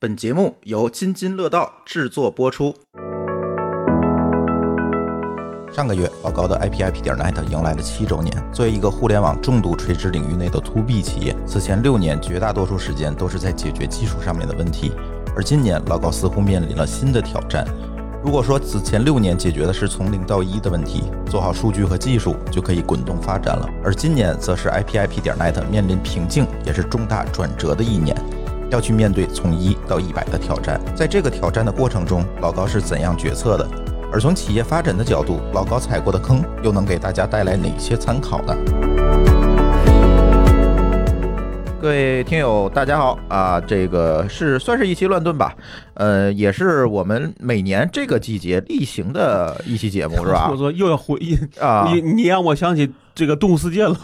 本节目由津津乐道制作播出。上个月，老高的 IPIP 点 net 迎来了七周年。作为一个互联网重度垂直领域内的 To B 企业，此前六年绝大多数时间都是在解决技术上面的问题，而今年老高似乎面临了新的挑战。如果说此前六年解决的是从零到一的问题，做好数据和技术就可以滚动发展了，而今年则是 IPIP 点 net 面临瓶颈，也是重大转折的一年。要去面对从一到一百的挑战，在这个挑战的过程中，老高是怎样决策的？而从企业发展的角度，老高踩过的坑又能给大家带来哪些参考呢？各位听友，大家好啊！这个是算是一期乱炖吧，呃，也是我们每年这个季节例行的一期节目，是吧 我？说又要回忆，啊，你你让我想起这个动物世 界了。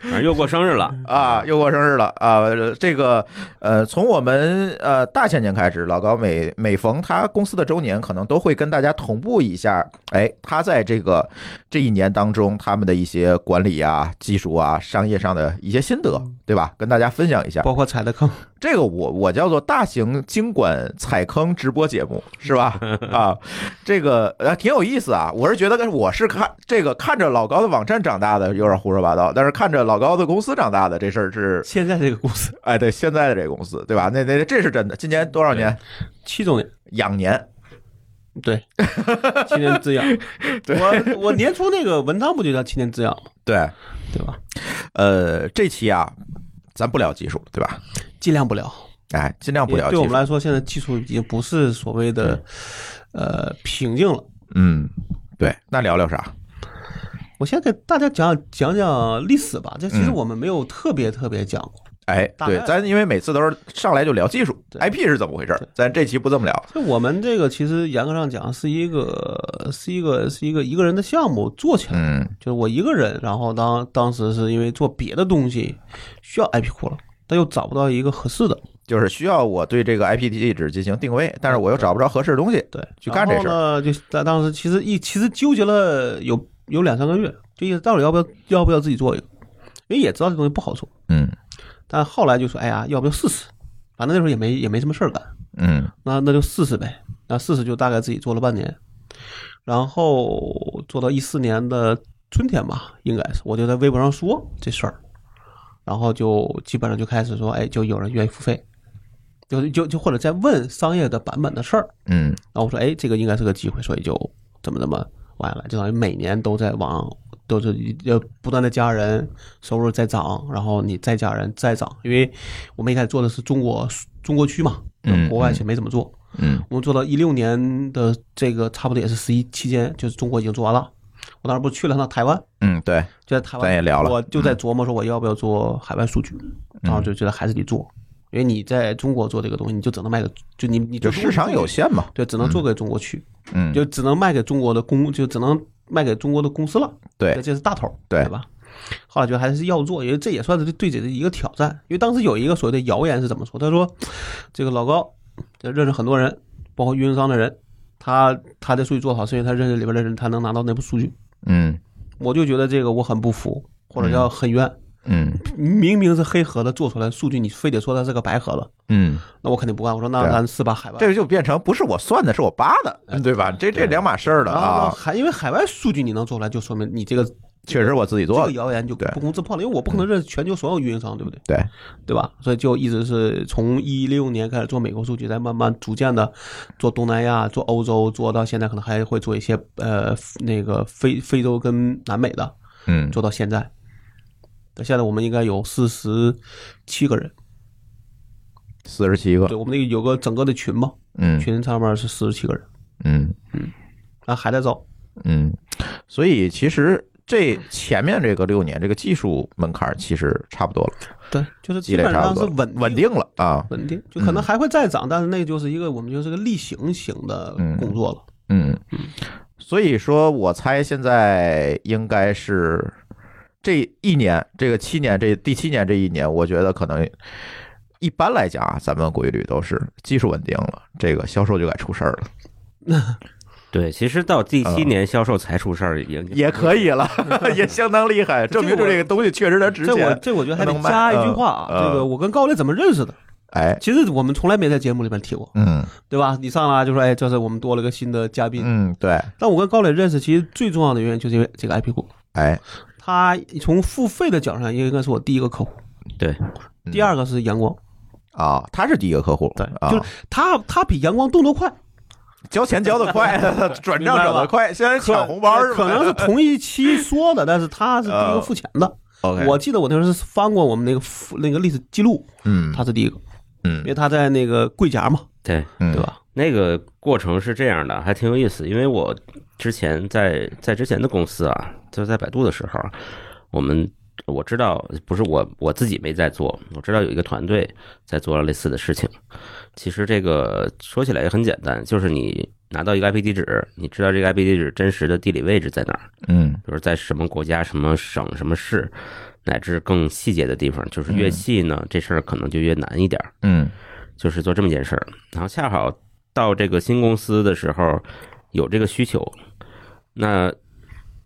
反正又过生日了，啊，又过生日了啊！这个呃，从我们呃大前年开始，老高每每逢他公司的周年，可能都会跟大家同步一下，哎，他在这个这一年当中他们的一些管理啊、技术啊、商业上的一些心得，对吧？跟大家分享一下。包括踩的坑，这个我我叫做大型经管踩坑直播节目是吧？啊，这个呃挺有意思啊。我是觉得我是看这个看着老高的网站长大的，有点胡说八道，但是看着老高的公司长大的这事儿是，现在这个公司哎，对，现在的这个公司对吧？那那这是真的。今年多少年？七周年，养年 对，七年之痒。对我我年初那个文章不就叫七年之痒吗？对，对吧？呃，这期啊，咱不聊技术对吧？尽量不聊，哎，尽量不聊技对我术们。来说，现在技术已经不是所谓的呃瓶颈了。嗯，对，那聊聊啥？我先给大家讲讲讲历史吧，这其实嗯我们没有特别特别讲过。哎，大对，概咱因为每次都是上来就聊技术对，IP 是怎么回事儿对？咱这期不这么聊。就我们这个其实严格上讲是一个是一个是一个一个人的项目做起来的嗯，就是我一个人，然后当当时是因为做别的东西需要 IP 库了，但又找不到一个合适的，就是需要我对这个 IP 地址进行定位，但是我又找不着合适的东西。对，去干这事儿然后呢，就当当时其实一其实纠结了有有两三个月，就意思到底要不要要不要自己做一个，因为也知道这东西不好做，嗯但后来就说，哎呀，要不要试试？反正那时候也没也没什么事儿干，嗯那那就试试呗。那试试就大概自己做了半年，然后做到一四年的春天吧，应该是我就在微博上说这事儿，然后就基本上就开始说，哎，就有人愿意付费，就就就或者在问商业的版本的事儿。嗯然后我说，哎，这个应该是个机会，所以就怎么怎么完了，就等于每年都在往都是要不断的加人，收入在涨，然后你再加人再涨，因为我们一开始做的是中国中国区嘛，嗯国外其实没怎么做。嗯我们做到一六年的这个，差不多也是十一期间，就是中国已经做完了。我当时不是去了趟台湾，嗯，对，就在台湾，咱也聊了嗯我就在琢磨说我要不要做海外数据，然后就觉得还是得做，因为你在中国做这个东西，你就只能卖给就你你就中市场有限嘛。对，只能做给中国去，嗯，就只能卖给中国的公，就只能卖给中国的公司了。对，这是大头儿，对吧？后来觉得还是要做，因为这也算是对对自己的一个挑战。因为当时有一个所谓的谣言是怎么说？他说，这个老高就认识很多人，包括运营商的人，他他的数据做好是因为他认识里边的人，他能拿到内部数据。嗯我就觉得这个我很不服，或者叫很冤。嗯明明是黑盒子做出来的数据，你非得说它是个白盒子，嗯，那我肯定不干。我说那对啊咱是把海外这个就变成不是我算的，是我扒的，哎对吧？这这两码事儿了然后呢啊，海，因为海外数据你能做出来，就说明你这个确实我自己这做个的。谣言就对嗯不攻自破了，因为我不可能认识全球所有运营商，对不对？对，对吧？所以就一直是从一六年开始做美国数据，再慢慢逐渐的做东南亚、做欧洲，做到现在可能还会做一些呃那个非非洲跟南美的，嗯做到现在。那现在我们应该有四十七个人，四十七个对，，我们那个有个整个的群嘛，嗯群上面是四十七个人，嗯啊还在招，嗯，所以其实这前面这个六年，这个技术门槛其实差不多了，对，就是积基累本差上不是多，稳哎稳定了啊，稳定，就可能还会再涨，但是那就是一个我们就是个例行型的工作了。嗯，所以说我猜现在应该是这一年，这个七年，这第七年这一年，我觉得可能一般来讲啊，咱们规律都是技术稳定了，这个销售就该出事儿了，对，其实到第七年销售才出事儿嗯也 也可以 了，也相当厉害，证明这就我这个东西确实它值这我钱。这我觉得还能得卖加一句话嗯嗯啊，这个我跟高磊怎么认识的？哎，其实我们从来没在节目里面提过，嗯对吧？你上来就说，哎，这是我们多了个新的嘉宾。嗯，对，但我跟高磊认识，其实最重要的原因就是因为这个 IP 股，哎，他从付费的角度上，应该是我第一个客户，对，嗯第二个是阳光，啊，他是第一个客户，对啊，就是他他比阳光动作快，交钱交的 快，转账转的快，先人抢红包是吧？嗯可能是同一期说的，但是他是第一个付钱的。 OK，我记得我那时候是翻过我们那个付那个历史记录，嗯他是第一个，因嗯为他在那个贵夹嘛，对，嗯，对？吧？那个过程是这样的，还挺有意思。因为我之前在在之前的公司啊，就是在百度的时候，啊我们我知道不是我我自己没在做，我知道有一个团队在做类似的事情。其实这个说起来也很简单，就是你拿到一个 IP 地址，你知道这个 IP 地址真实的地理位置在哪儿，嗯比如在什么国家、什么省、什么市，乃至更细节的地方。就是嗯越细呢，这事儿可能就越难一点儿。嗯就是做这么件事儿。然后恰好到这个新公司的时候有这个需求，那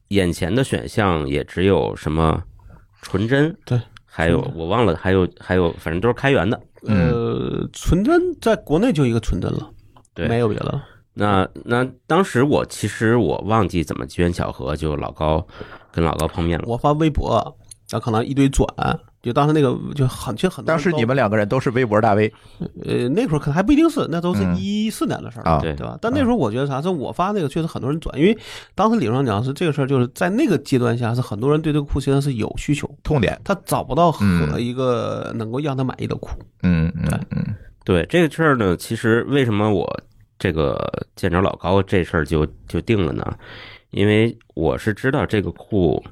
眼前的选项也只有什么纯真，对，还有纯我忘了，还有还有，反正都是开源的。呃，纯真在国内就一个纯真了，对，没有别的了。那那当时我其实我忘记怎么机缘巧合，就老高跟老高碰面了。我发微博，那可能一堆转，就当时那个就很就很多人都。当时你们两个人都是微博大 V 呃那会儿可能还不一定是，那都是嗯一四年的事儿了啊，对对吧？但那时候我觉得啥，是我发那个确实很多人转，因为当时理论上讲是这个事儿，就是在那个阶段下是很多人对这个库实际上是有需求，痛点，他找不到和嗯一个能够让他满意的库。嗯嗯嗯对这个事儿呢，其实为什么我这个见着老高这事儿就就定了呢？因为我是知道这个库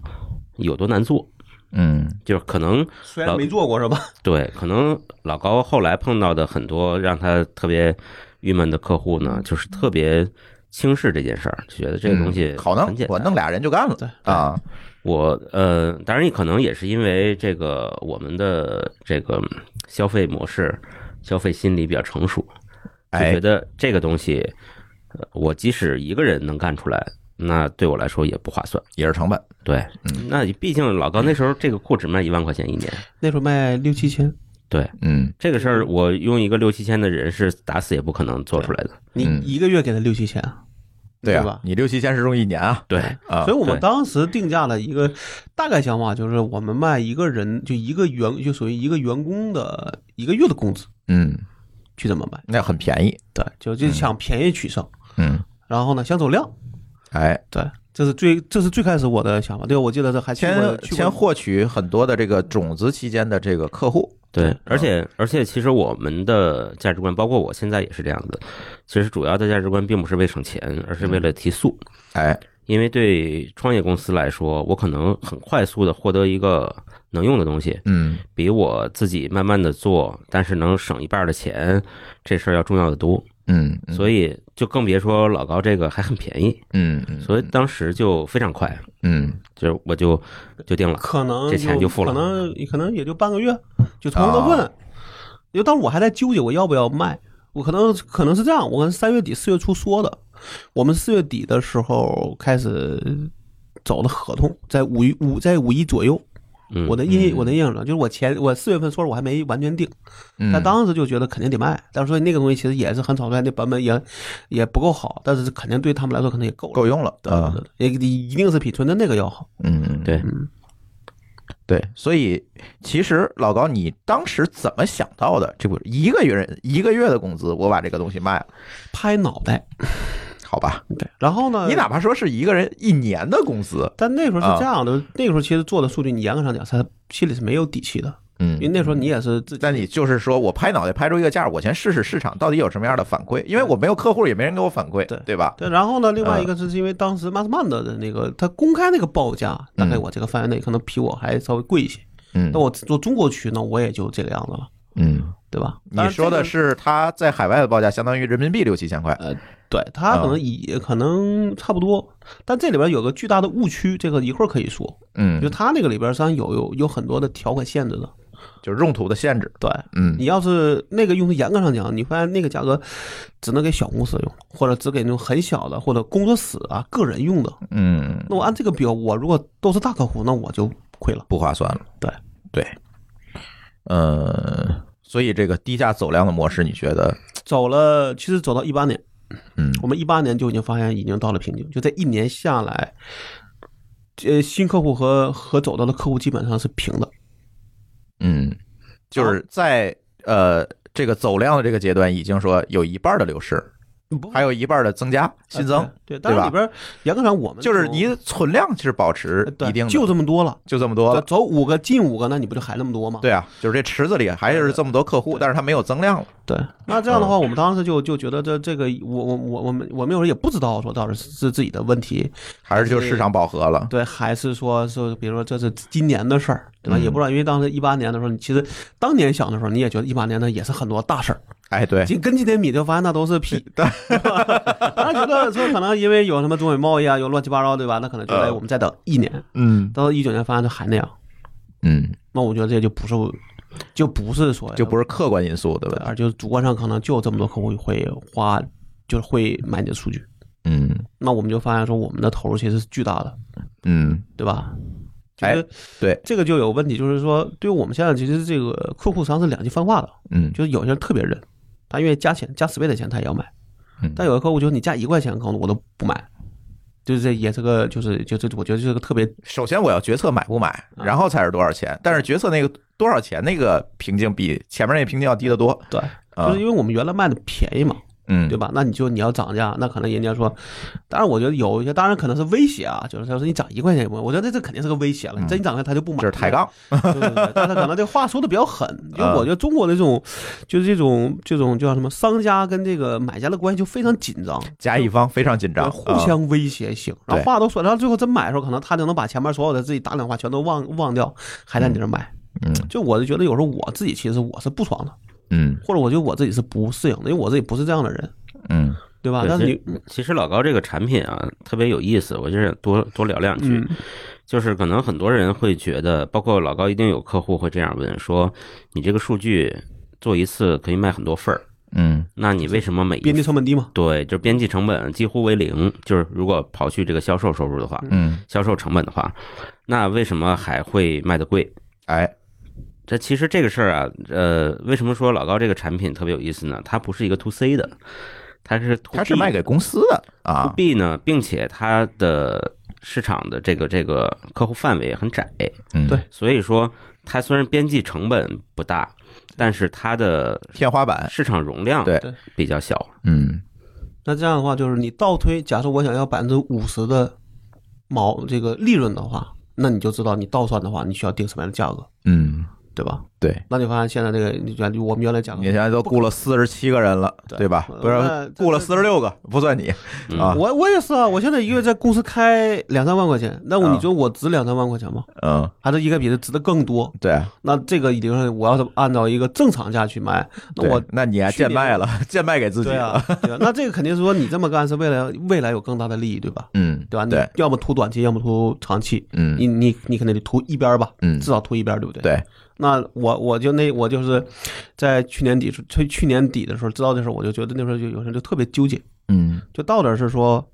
有多难做，嗯就是可能虽然没做过是吧？对，可能老高后来碰到的很多让他特别郁闷的客户呢，就是特别轻视这件事儿，就觉得这个东西嗯好弄很简，我单。弄俩人就干了对啊，我呃，当然也可能也是因为这个我们的这个消费模式、消费心理比较成熟，就哎觉得这个东西，呃我即使一个人能干出来，那对我来说也不划算。也是成本，对，那毕竟老高那时候这个库只卖一万块钱一年，那时候卖六七千，对。嗯这个事儿，我用一个六七千的人是打死也不可能做出来的。你嗯一个月给他六七千，对对啊吧，你六七千是用一年啊对啊所以，我们对当时定价的一个大概想法就是，我们卖一个人就一个员，就属于一个员工的一个月的工资嗯，去怎么卖？那很便宜，对，就就想便宜取胜，嗯，然后呢想走量，哎，对，这是最这是最开始我的想法。对，我记得这还去过先去先过获取很多的这个种子期间的这个客户，对，啊而且而且，其实我们的价值观，包括我现在也是这样子。其实主要的价值观并不是为省钱，而是为了提速。哎，因为对创业公司来说，我可能很快速的获得一个能用的东西，嗯比我自己慢慢的做，但是能省一半的钱，这事儿要重要的多。嗯，嗯所以就更别说老高这个还很便宜，嗯嗯，所以当时就非常快，嗯就是我就就定了。啊可能这钱就付了嗯哦可能可能也就半个月，就从头到问，因为当时我还在纠结我要不要卖，我可能可能是这样，我跟三月底四月初说的，我们四月底的时候开始走的合同，在五一五在五一左右，嗯，我的印我的印象中就是我前我四月份说我还没完全定，嗯，但当时就觉得肯定得卖，但是说那个东西其实也是很草率，那版本也也不够好，但是肯定对他们来说可能也够了，够用了，啊对啊对对对也一定是比纯的那个要好。嗯嗯对对，所以其实老高，你当时怎么想到的？这不一个月一个月的工资，我把这个东西卖了，拍脑袋，好吧？对，然后呢？你哪怕说是一个人一年的工资，但那时候啊是这样的，那个时候其实做的数据，你严格上讲，他心里是没有底气的，嗯因为那时候你也是自己但你就是说我拍脑袋拍出一个价，我先试试市场到底有什么样的反馈，因为我没有客户，也没人给我反馈，对对吧？对。然后啊呢，另外一个是因为当时马斯曼的那个他公开那个报价，大概嗯我这个范围内可能比我还稍微贵一些。嗯那我做中国区呢，我也就这个样子了，嗯，对吧？当你然说这的个是他在海外的报价相当于人民币六七千块，对他啊可能也可能差不多，但这里边有个巨大的误区，这个一会儿可以说，嗯就，他那个里边实际上有有有很多的条款限制的，就是用途的限制，对。嗯你要是那个用的严格上讲，你发现那个价格只能给小公司用，或者只给那种很小的或者工作室啊个人用的。嗯，那我按这个标，我如果都是大客户，那我就亏了。不划算了，对对，呃，所以这个低价走量的模式，你觉得？走了，其实走到一八年，嗯我们一八年就已经发现已经到了瓶颈，就在一年下来，呃，新客户和和走到的客户基本上是平的，嗯，就是在呃这个走量的这个阶段，已经说有一半的流失，不嗯还有一半的增加新增，呃对，对但是吧里边儿严格上我们就是从你存量是保持呃对一定的，就这么多了，就这么多了。走五个进五个，那你不就还那么多吗？对啊，就是这池子里还是这么多客户，但是它没有增量了。对，那这样的嗯话，我们当时就就觉得这这个我我我我们我们有时候也不知道说到底是是自己的问题，还是就是市场饱和了。对，还是说是比如说这是今年的事儿，对吧？嗯也不知道，因为当时一八年的时候，你其实当年想的时候，你也觉得一八年呢也是很多大事儿，哎，对，今跟今天比，就发现那都 是屁。对吧当时觉得说可能因为有什么中美贸易啊，有乱七八糟，对吧？那可能就哎，呃我们再等一年，嗯到一九年发现就还那样，嗯，那我觉得这就不是就不是说就不是客观因素的对，问题。而就是主观上可能就有这么多客户会花，就是会买你的数据。嗯那我们就发现说，我们的投入其实是巨大的，嗯，对吧？哎就是对，这个就有问题，就是说，对于我们现在其实这个客户实际上是两极分化的，嗯就是有些人特别认，他愿意加钱，加十倍的钱他也要买嗯，但有的客户就是你加一块钱可能我都不买，就是这也是个就是就是我觉得这是个特别首先我要决策买不买，啊然后才是多少钱。但是决策那个多少钱那个瓶颈比前面那瓶颈要低得多。对，啊就是因为我们原来卖的便宜嘛，嗯，对吧？那你就你要涨价，那可能人家说，当然我觉得有一些，当然可能是威胁啊，就是他说你涨一块钱也不买，我觉得这肯定是个威胁了。你真涨价他就不买，嗯就是抬。杠。嗯对对对，但他可能这话说的比较狠，因为我觉得中国的这种，就是这种这种叫什么，商家跟这个买家的关系就非常紧张，甲乙方非常紧张，互相威胁性，然后啊嗯对话都说，然后最后真买的时候，可能他就能把前面所有的自己打两话全都忘忘掉，还在你这儿买。嗯就我就觉得有时候我自己其实我是不爽的，嗯或者我觉得我自己是不适应的，因为我自己不是这样的人，嗯对吧？对但是其你实，其实老高这个产品啊，特别有意思，我就是多多聊两句。嗯。就是可能很多人会觉得，包括老高，一定有客户会这样问说：“你这个数据做一次可以卖很多份儿，嗯那你为什么每一边际成本低嘛，对，就是边际成本几乎为零，就是如果刨去这个销售收入的话，嗯，销售成本的话，那为什么还会卖的贵？哎，这其实这个事儿啊，呃，为什么说老高这个产品特别有意思呢？它不是一个 to C 的，它是 to 它是 B 卖给公司的 to 啊。 B 呢，并且它的市场的这个这个客户范围也很窄，嗯对所以说它虽然边际成本不大，但是它的天花板。市场容量对啊对比较小。嗯那这样的话就是你倒推，假设我想要百分之五十的毛这个利润的话，那你就知道你倒算的话，你需要定什么样的价格，嗯，对吧？对。那你发现现在这个，你原我们原来讲你的，现在都雇了四十七个人了，啊对对吧？不那是雇了这四十六个，不算你啊。我我也是啊，我现在一个月在公司开两三万块钱，那我啊你觉得我值两三万块钱吗？嗯，还是应该比这值的更多？对啊，那这个已经是我要是按照一个正常价去卖，那对我那你还去贱年卖了，贱卖给自己对啊了。，对啊， 那这个肯定是说你这么干是为了未来有更大的利益，对吧？嗯，对吧？你对，要么图短期，要么图长期。嗯你你你肯定得图一边儿吧，嗯至少图一边儿，对不对？。对，那我我就那我就是在去年底，去去年底的时候知道这事儿，我就觉得那时候就有时候就特别纠结，嗯就到底是说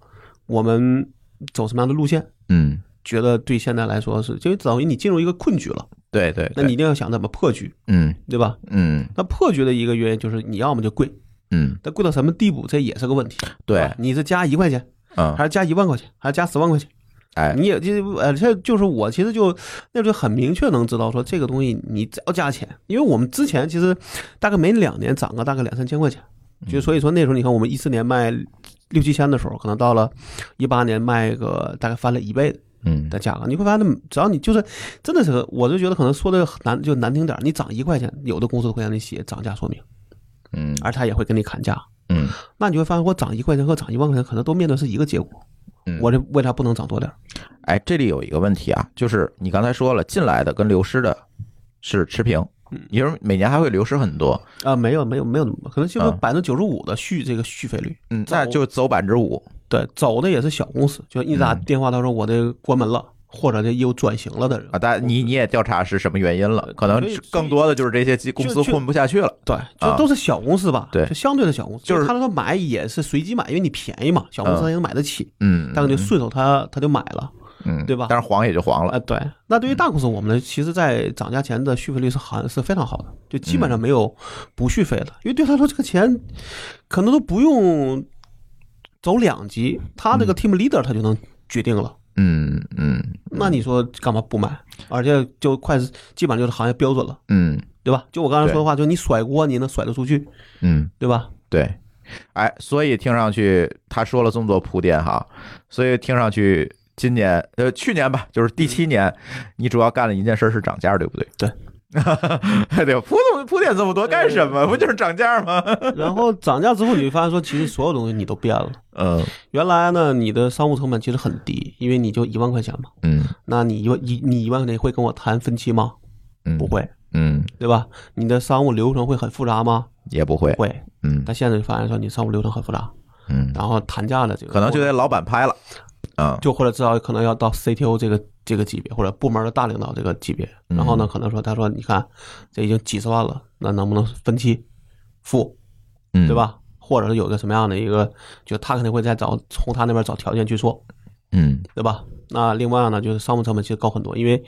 我们走什么样的路线，嗯，觉得对现在来说是，就等于你进入一个困局了，对对，那对你一定要想怎么破局，嗯对吧？嗯那破局的一个原因就是你要么就贵，嗯，但贵到什么地步，这也是个问题。对，你是加一块钱，嗯啊还是加一万块钱，还是加十万块钱？哎你也就呃，这就是我其实就那时候很明确能知道说这个东西你只要加钱，因为我们之前其实大概每两年涨个大概两三千块钱，就所以说那时候你看我们一四年卖六七千的时候，可能到了一八年卖个大概翻了一倍嗯的价格，你会发现只要你就是真的是个，我就觉得可能说的难就难听点儿，你涨一块钱，有的公司会让你写涨价说明，嗯而他也会跟你砍价，嗯那你会发现我涨一块钱和涨一万块钱可能都面对是一个结果。嗯，我这为啥不能涨多点儿？哎，这里有一个问题啊，就是你刚才说了，进来的跟流失的是持平，嗯也就是每年还会流失很多，啊，没有没有没有那么多，可能就是嗯百分之九十五的续这个续费率。嗯，那就走百分之五，对，走的也是小公司，就一打嗯电话他说我这关门了，或者这业务转型了的人啊，。大你你也调查是什么原因了，可能所以所以更多的就是这些机公司就就混不下去了。对，就都是小公司吧，啊对就相对的小公司，就是他说买也是随机买，因为你便宜嘛，小公嗯司他也买得起，嗯，大概就顺手他他就买了，嗯，对吧但是黄也就黄啊、了，嗯对。那对于大公司，我们呢，其实，在涨价前的续费率是很是非常好的，就基嗯本上没有不续费的，因为对他来说，这个钱可能都不用走两级，他这个 team leader 他就能决定了。嗯嗯那你说干嘛不买？而且就快基本上就是行业标准了，嗯对吧？就我刚才说的话，就你甩锅，你能甩得出去，嗯，对吧？对。哎，所以听上去他说了这么多铺垫哈，所以听上去今年呃去年吧，就是第七年，你主要干了一件事是涨价，对不对？嗯 哎对。对，铺这么铺垫这么多干什么？不就是涨价 吗？然后涨价之后，你会发现说，其实所有东西你都变了。嗯原来呢，你的商务成本其实很低，因为你就一万块钱嘛。嗯那你一万一你一万块钱会跟我谈分期吗？嗯，不，会，嗯，对吧？你的商务流程会很复杂吗？也不会不，会。嗯但现在就发现说，你商务流程很复杂，嗯，然后谈价的这个可能就得老板拍了，啊，就或者至少可能要到 CTO 这个这个级别，或者部门的大领导这个级别。然后呢，可能说他说你看这已经几十万了，那能不能分期付，嗯对？吧？或者是有个什么样的一个，就他肯定会再找从他那边找条件去做，嗯对吧？那另外呢，就是商务成本其实高很多，因为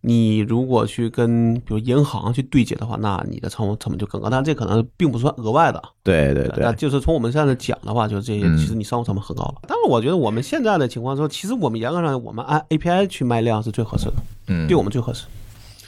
你如果去跟比如银行去对接的话，那你的商务成本就更高，但这可能并不算额外的啊。对对那对，就是从我们现在讲的话，就是这些，嗯其实你商务成本很高了。但是我觉得我们现在的情况说，其实我们严格上，我们按 API 去卖量是最合适的，嗯，对我们最合适。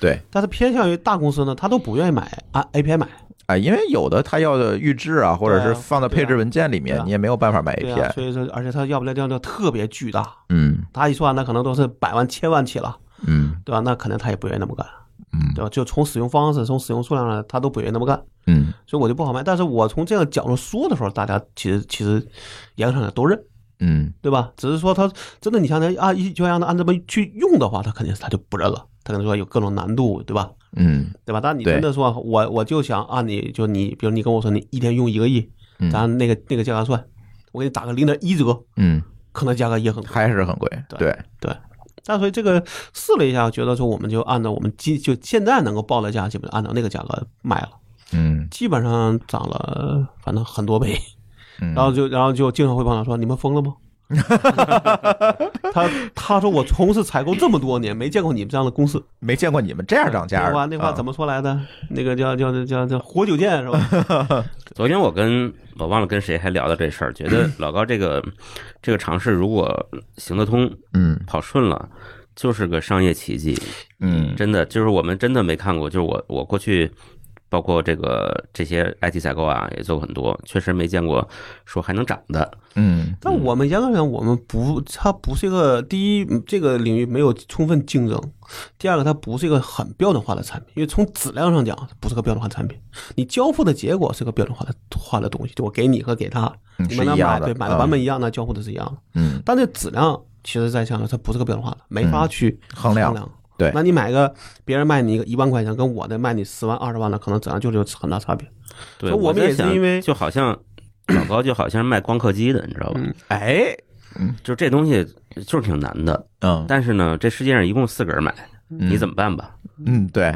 对，但是偏向于大公司呢，他都不愿意买按 API 买，啊，因为有的它要预制啊，或者是放在配置文件里对面啊，你也没有办法买对啊， API，所以说，而且他要不然量就特别巨大，嗯他一算那可能都是百万、千万起了，嗯对吧？那肯定他也不愿意那么干，嗯对吧？就从使用方式、从使用数量上，他都不愿意那么干，嗯所以我就不好卖。但是我从这个角度说的时候，大家其实其实严格上讲都认。嗯对吧？只是说他真的，你像他啊，一就让他按这么去用的话，他肯定是他就不认了，他可能说有各种难度，对吧？嗯对吧？但你对真的说，我我就想按你就你，比如你跟我说你一天用一个亿，嗯咱那个那个价格算，我给你打个零点一折，嗯，可能价格也很高。还是很贵，对对，但所以这个试了一下，觉得说我们就按照我们基就现在能够报的价，基本上按照那个价格卖了，嗯，基本上涨了，反正很多倍。嗯然后就然后就经常会碰到说你们疯 了吗？他他说我从事采购这么多年，没见过你们这样的公司。没见过你们这样涨价那的话那话啊怎么说来的？那个叫叫叫叫活久见 是吧？昨天我跟我忘了跟谁还聊到这事儿，觉 得老高这个这个尝试如果行得通，嗯跑顺了，就是个商业奇迹。嗯真的就是我们真的没看过，就是我我过去包括这个这些 IT 采购啊，也做过很多，确实没见过说还能涨的。嗯但我们严格上我们不，它不是一个第一，嗯这个领域没有充分竞争；第二个，它不是一个很标准化的产品，因为从质量上讲，它不是个标准化的产品。你交付的结果是个标准化的化的东西，就我给你和给他，嗯你是们一俩样买的对买的嗯版本一样，那交付的是一样的。嗯，但这质量其实在想呢，它不是个标准化的，没法去衡量量。对那你买个别人卖你一个一万块钱，跟我的卖你十万二十万的，可能质量就是有很大差别。对，所以我们在也是想因为就好像老高就好像是卖光刻机的，你知嗯道吧？哎，就这东西就是挺难的，嗯但是呢，这世界上一共四个人买，嗯你怎么办吧？嗯，对，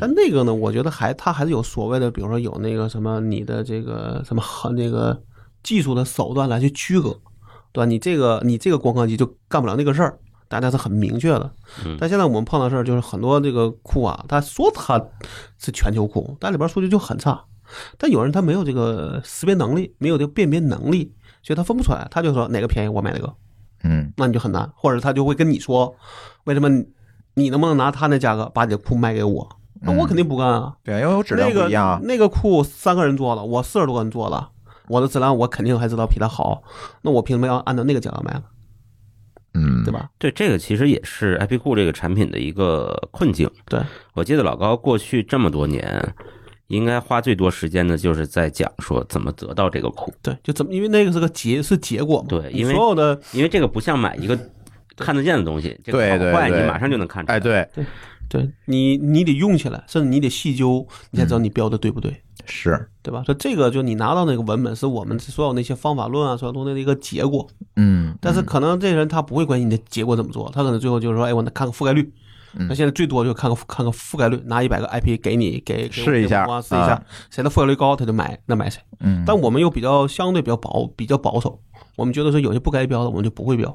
但那个呢，我觉得还它还是有所谓的，比如说有那个什么你的这个什么和那个技术的手段来去区隔，对吧？你这个你这个光刻机就干不了那个事儿。大家是很明确的，但现在我们碰到事儿就是很多这个库啊，他说它是全球库，但里边数据就很差。但有人他没有这个识别能力，没有这个辨别能力，所以他分不出来，他就说哪个便宜我买哪个。嗯那你就很难，或者他就会跟你说，为什么你你能不能拿他那价格把你的库卖给我？那我肯定不干啊，对，因为我嗯质量那不个一样啊，那个库三个人做了，我四十多个人做了，我的质量我肯定还知道比他好，那我凭什么要按照那个价格卖呢？嗯对吧？对，这个其实也是 IP 库这个产品的一个困境。对，我记得老高过去这么多年，应该花最多时间的就是在讲说怎么得到这个库，对，就怎么，因为那个是个结是结果嘛，对你因为所有的因为这个不像买一个看得见的东西，这对个对好坏对你马上就能看出来。哎，对，嗯对你你得用起来，甚至你得细究，你才知道你标的对不对。是，对吧？所以这个就你拿到那个文本，是我们所有那些方法论啊，所有东西的一个结果。嗯，但是可能这人他不会关心你的结果怎么做，他可能最后就是说，哎，我看个覆盖率。嗯那现在最多就看个看个覆盖率，拿一百个 IP 给你给给我试一下给我啊试一下啊，谁的覆盖率高他就买，那买谁。嗯但我们又比较相对比较保比较保守，我们觉得说有些不该标的我们就不会标，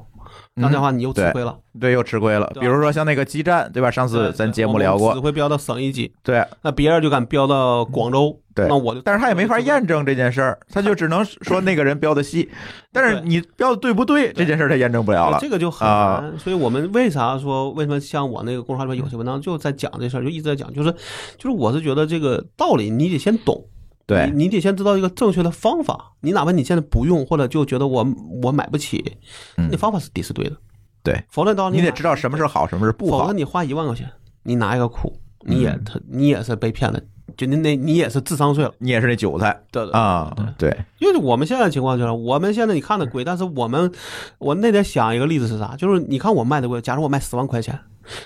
嗯这样的话你又吃亏了。对，又吃亏了。啊比如说像那个基站，对吧？上次咱节目聊只过，会标到省一级，对，那别人就敢标到广州，嗯对那我就，但是他也没法验证这件事儿，他就只能说那个人标的细，但是你标的对不对这件事儿他验证不了了。啊这个就很难。所以我们为啥说为什么像我那个公众号里面有些文章就在讲这事儿，就一直在讲，就是就是我是觉得这个道理你得先懂，对，你你得先知道一个正确的方法。你哪怕你现在不用，或者就觉得我我买不起，嗯那方法是得是对的，对，否则到你买得知道什么是好，什么是不否则好。嗯你花一万块钱，你拿一个苦，你也他你也是被骗了，就你那你也是智商税了，你也是那韭菜对对啊，对，因为我们现在的情况就是，我们现在你看的贵，但是我们我那天想一个例子是啥？就是你看我卖的贵，假如我卖十万块钱，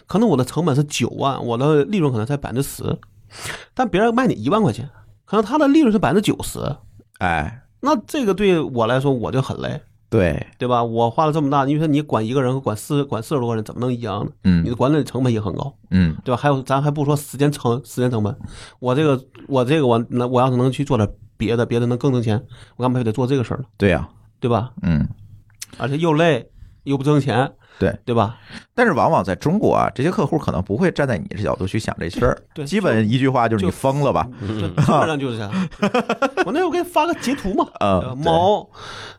可能我的成本是九万，我的利润可能才百分之十，但别人卖你一万块钱，可能他的利润是百分之九十，哎，那这个对我来说我就很累，对，对吧？我花了这么大，因为说你管一个人和管四管四十多个人怎么能一样呢？你嗯的管理成本也很高。嗯，对吧？还有，咱还不说时间成时间成本，我这个我这个我那我要是能去做点别的，别的能更挣钱，我干嘛非得做这个事儿呢？对呀，对吧？嗯。而且又累又不挣钱，对对吧？但是往往在中国啊，这些客户可能不会站在你这角度去想这事儿，对基本一句话就是就你疯了吧？就基本上就是这样。 我那我给你发个截图嘛，嗯呃对猫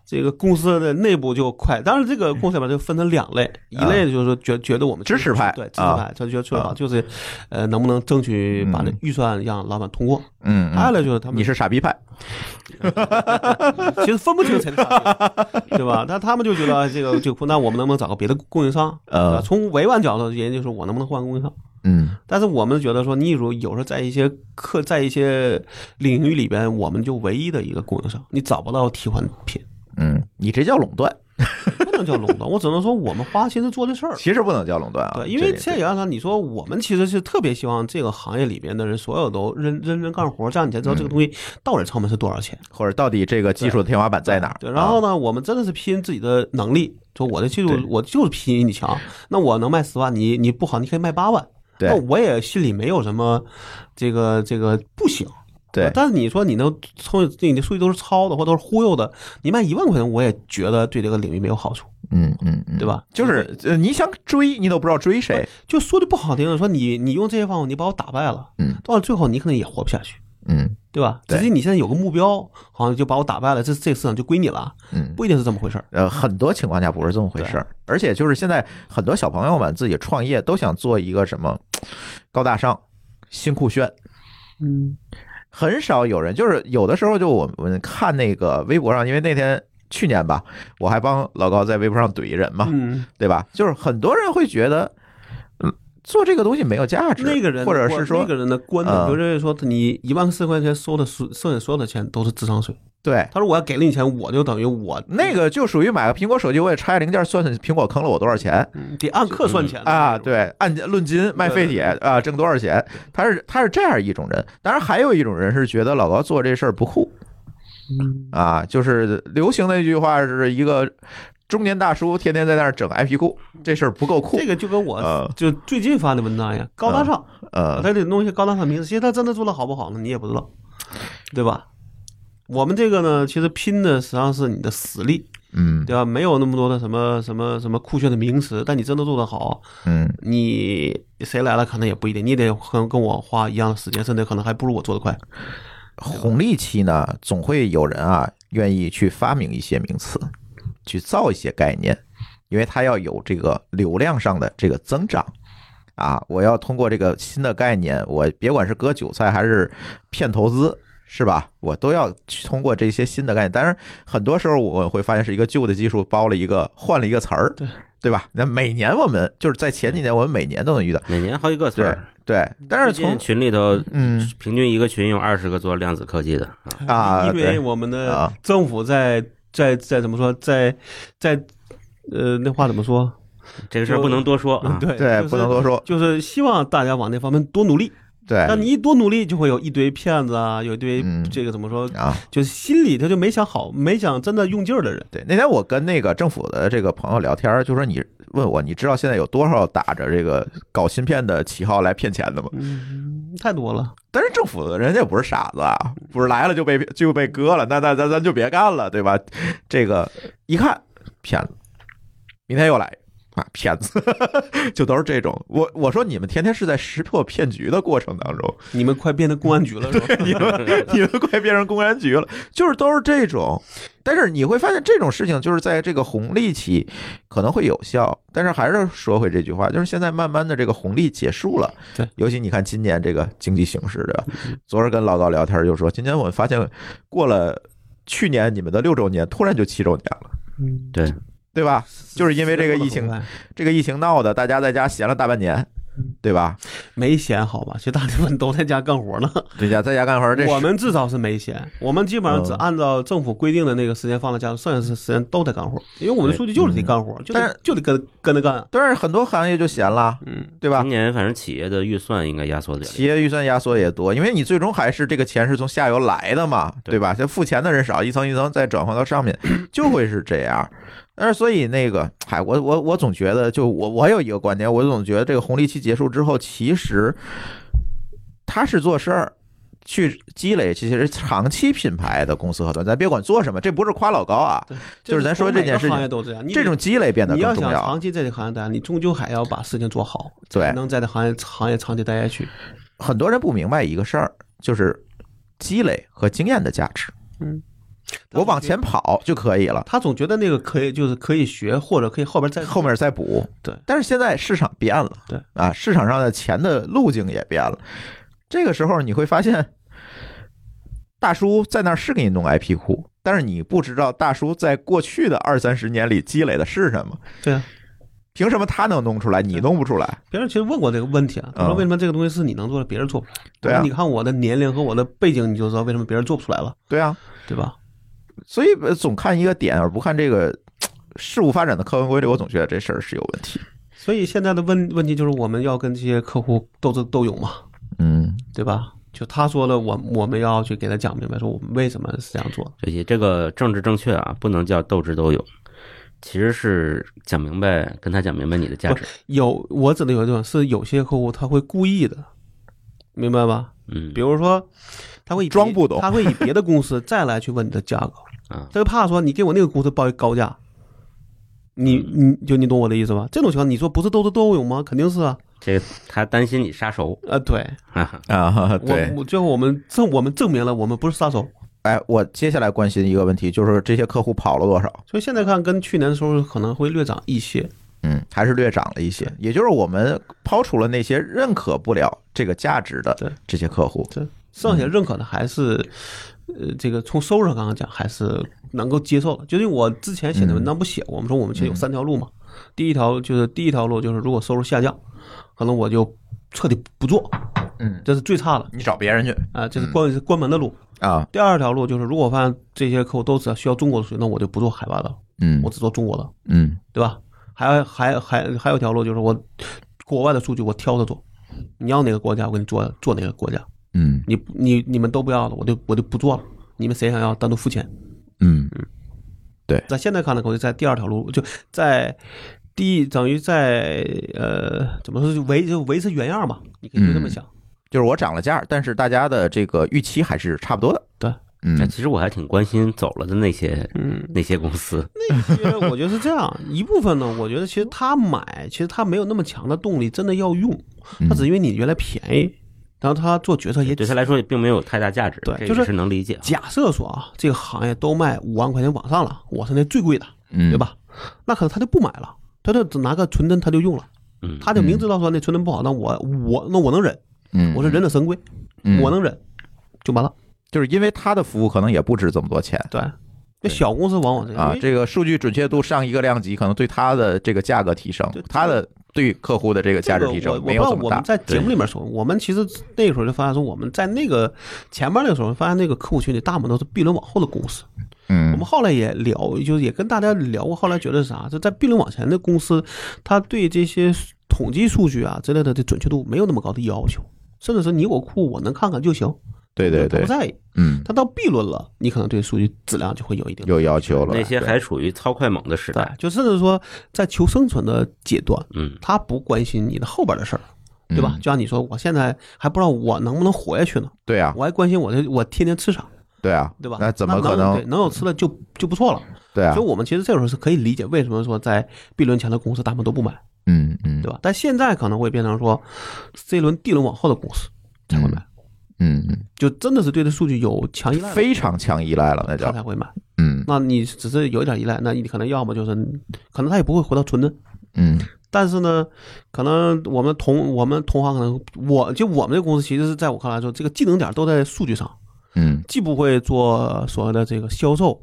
这个公司的内部就快，当然这个公司里面就分成两类，一类就是说觉觉得我们支持派对支持啊派，他觉得最好啊就是呃能不能争取把这嗯预算让老板通过，嗯，还有嗯一类就是他们你是傻逼派，其实分不清谁的产 品，对吧？但他们就觉得哎这个就那我们能不能找个别的供应商？呃啊，从委婉角度，人家就说我能不能换供应商？嗯，但是我们觉得说，你如有时候在一些客在一些领域里边，我们就唯一的一个供应商，你找不到替换品， 嗯，你这叫垄断，不能叫垄断。我只能说我们花心思做这事儿。其实不能叫垄断啊。对，因为这这个也上你说我们其实是特别希望这个行业里边的人所有都认认真干活，这样你才知道这个东西到底成本是多少钱。或者到底这个技术的天花板在哪儿？对，然后啊呢，我们真的是拼自己的能力，说我的技术对我就是拼你强，那我能卖十万，你你不好，你可以卖八万，那对我也心里没有什么这个这个不行。对但是你说你能从你的数据都是抄的或都是忽悠的，你卖一万块钱，我也觉得对这个领域没有好处，嗯嗯嗯，对吧？就是呃你想追，你都不知道追谁。就说的不好听的，说你你用这些方法，你把我打败了，嗯，到了最后你可能也活不下去。嗯对吧？对只是你现在有个目标，好像就把我打败了，这这个市场就归你了，嗯，不一定是这么回事儿。呃，很多情况下不是这么回事儿，而且就是现在很多小朋友们自己创业都想做一个什么高大上、新酷炫，嗯，很少有人，就是有的时候就我们看那个微博上，因为那天去年吧，我还帮老高在微博上怼人嘛，嗯，对吧？就是很多人会觉得，嗯，做这个东西没有价值，那个人的或者观是说那个人的观点嗯就认为说，你一万四块钱收的所剩下所有的钱都是智商税。对。他说我要给了你钱，我就等于我那个就属于买个苹果手机，我也拆零件算算苹果坑了我多少钱嗯得按克算钱的啊？那种，对，按论斤卖废铁啊，挣多少钱？他是他是这样一种人，当然还有一种人是觉得老高做这事儿不酷嗯啊，就是流行的一句话是一个中年大叔天天在那儿整 IP 裤，这事儿不够酷这，个就跟我呃就最近发的文章一样，高大上，呃，他得弄一些高大上名字。其实他真的做的好不好呢，你也不知道，对吧？我们这个呢，其实拼的实际上是你的实力，嗯对吧？没有那么多的什么什么什么酷炫的名词，但你真的做的好，嗯，你谁来了可能也不一定，你得跟跟我花一样的时间，甚至可能还不如我做的快。红利期呢，总会有人啊愿意去发明一些名词，去造一些概念，因为他要有这个流量上的这个增长啊。我要通过这个新的概念，我别管是割韭菜还是骗投资，是吧？我都要去通过这些新的概念。当然，很多时候我会发现是一个旧的技术包了一个换了一个词儿，对对吧？那每年我们就是在前几年，我们每年都能遇到。每年好几个词对儿。对，但是最近从群里头，嗯平均一个群有二十个做量子科技的啊，啊， 因为对我们的啊政府在在在怎么说，在在呃，那话怎么说？嗯这个事儿不能多说啊。对 对，不能。就是多说，就是希望大家往那方面多努力，对但你一多努力，就会有一堆骗子啊，有一堆哎嗯这个怎么说，啊。就是心里他就没想好，没想真的用劲儿的人。对，那天我跟那个政府的这个朋友聊天儿，就说你问我，你知道现在有多少打着这个搞芯片的旗号来骗钱的吗？嗯，太多了。但是政府的人家也不是傻子啊，不是来了就被就被割了，那那咱咱就别干了，对吧？这个一看骗子，明天又来啊，骗子， 就都是这种。我我说你们天天是在识破骗局的过程当中，你们快变成公安局了是吧？你们 你们快变成公安局了，就是都是这种。但是你会发现这种事情就是在这个红利期可能会有效，但是还是说回这句话，就是现在慢慢的这个红利结束了。对，尤其你看今年这个经济形势的，昨儿跟老高聊天就说，今年我们发现过了去年你们的六周年，突然就七周年了，对，对吧？ 就是因为这个疫情，哎这个疫情闹的，大家在家闲了大半年，嗯对吧？没闲好吧？其实大部分都在家干活呢。在家在家干活儿，这我们至少是没闲，我们基本嗯上只按照政府规定的那个时间放在家，剩下的时间都在干活，因为我们的数据就是得干活，就嗯但得是就得跟跟着干。但是很多行业就闲了，嗯，对吧今？年反正企业的预算应该压缩的 企业预算压缩也多，因为你最终还是这个钱是从下游来的嘛，对对吧？这付钱的人少，一层一层再转换到上面，就会是这样。但是所以那个，嗨，我我我总觉得，就我我有一个观点，我总觉得这个红利期结束之后，其实他是做事儿。去积累其实长期品牌的公司合作，咱别管做什么，这不是夸老高啊，就是咱说这件事情每个行业都这样，你这种积累变得你要更重想要长。期在这个行业待，你终究还要把事情做好，才对，能在这行业行业长期待下去。很多人不明白一个事儿，就是积累和经验的价值。我往前跑就可以了，他总觉得那个可以，就是可以学，或者可以后边再后面再补。对但是现在市场变了，对啊，市场上的钱的路径也变了。这个时候你会发现，大叔在那儿是给你弄 IP 库，但是你不知道大叔在过去的二三十年里积累的是什么。对啊。凭什么他能弄出来，你弄不出来？别人其实问过这个问题啊，他说嗯为什么这个东西是你能做的，别人做不出来？对啊我说你看我的年龄和我的背景，你就知道为什么别人做不出来了，对啊，对吧？所以呃总看一个点，而不看这个事物发展的客观规律。我总觉得这事儿是有问题。所以现在的问问题就是我们要跟这些客户斗智斗勇嘛，嗯，对吧？就他说了，我我们要去给他讲明白，说我们为什么是这样做的。这些这个政治正确啊，不能叫斗智斗勇，其实是讲明白，跟他讲明白你的价值。有我指的有一种是有些客户他会故意的，明白吧？嗯比，如说他会以别装不懂他会以别的公司再来去问你的价格，啊，他就怕说你给我那个公司报一高价，你你嗯就你懂我的意思吧？这种情况你说不是斗智斗勇吗？肯定是啊，这个他担心你杀熟，啊对，哈哈，啊，我呃对，我最后我们证我们证明了我们不是杀手，哎，我接下来关心一个问题，就是这些客户跑了多少？所以现在看跟去年的时候可能会略涨一些，嗯，还是略涨了一些。也就是我们抛除了那些认可不了这个价值对的这些客户，剩下认可的还是，呃，这个从收入上刚刚讲还是能够接受的。就是我之前写的文章不写，我们说我们其实有三条路嘛，第一条就是第一条路就是如果收入下降，可能我就彻底不做，嗯，这是最差的你找别人去啊、这是关、关门的路。啊，第二条路就是如果我发现这些客户都只需要中国的水，那我就不做海外的了，嗯我只做中国的，嗯对吧？还还还还有一条路就是我国外的数据我挑着做，你要哪个国家我给你做做哪个国家。嗯你你你们都不要了，我就我就不做了。你们谁想要单独付钱？嗯在现在看呢，我就在第二条路，就在第一等于在呃怎么说就维就维持原样吧，你可以就这么想。就是我涨了价，但是大家的这个预期还是差不多的。对，那嗯其实我还挺关心走了的那些嗯，那些公司，那些我觉得是这样，一部分呢，我觉得其实他买，其实他没有那么强的动力，真的要用，他只是因为你原来便宜，然后他做决策也对他来说也并没有太大价值，对这就个是是能理解。假设说啊，这个行业都卖五万块钱往上了，我是那最贵的，嗯对？吧？那可能他就不买了，他就只拿个纯真他就用了。嗯，他就明知道说那纯真不好，那我我那我能忍，嗯，我是忍者神龟，嗯我能忍，就完了。就是因为他的服务可能也不值这么多钱对，那小公司往往这样啊，因为这个数据准确度上一个量级，可能对他的这个价格提升对，这他的对客户的这个价这值个提我升我不没知有道这么我大们。在节目里面说，我们其实那个时候就发现说，我们在那个前面的时候发现那个客户群体大部分都是 B 轮往后的公司。嗯我们后来也聊，就是也跟大家聊过，后来觉得是啥，就在 B 轮往前的公司，他对这些统计数据啊之类的的准确度没有那么高的要求，甚至是你我库我能看看就行，对对他对不，在意。嗯，他到 B 轮了，你可能对数据质量就会有一定的有要求了。那些对还处于操快猛的时代对，，就甚至说在求生存的阶段，嗯，他不关心你的后边的事儿，对吧？嗯就像你说，我现在还不知道我能不能活下去呢，对啊，我还关心我这我天天吃啥，对啊，对吧？那怎么可对能？能有吃的就就不错了。对啊所以，我们其实这时候是可以理解为什么说在 B 轮前的公司他们都不买，嗯嗯，对吧？但现在可能会变成说 C 轮、D 轮往后的公司才会买，嗯嗯，就真的是对这数据有强依赖的，非常强依赖了，那他叫才会买。嗯那你只是有一点依赖，那你可能要么就是，嗯可能他也不会回到纯的。嗯但是呢，可能我们同我们同行可能我就我们这个公司其实是在我看来说，这个技能点都在数据上，嗯，既不会做所谓的这个销售，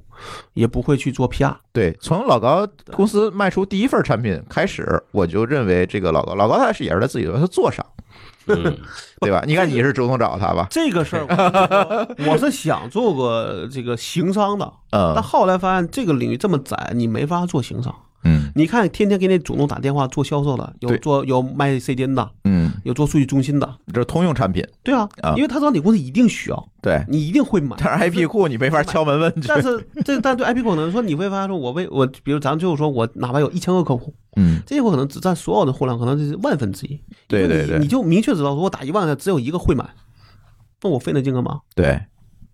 也不会去做 PR。对。从老高公司卖出第一份产品开始，我就认为这个老高，老高他是也是他自己的，他做啥，嗯，对吧？你看你是主动找他吧？这个事儿 我跟你说，我是想做个这个行商的，但嗯后来发现这个领域这么窄，你没法做行商。嗯你看，天天给你主动打电话做销售的，有对做有卖 CDN 的，嗯，有做数据中心的，这是通用产品，对啊啊，因为他知道你公司一定需要，对。你一定 会买。但是 IP 库你没法敲门问去，但是这但对 IP 可能说，你会发现说，我为我比如咱们就是说我哪怕有一千个客户，嗯，这些客户可能只占所有的货量，可能就是万分之一。对对你对你就明确知道说我打一万个只有一个会买，那我费那劲干嘛？对，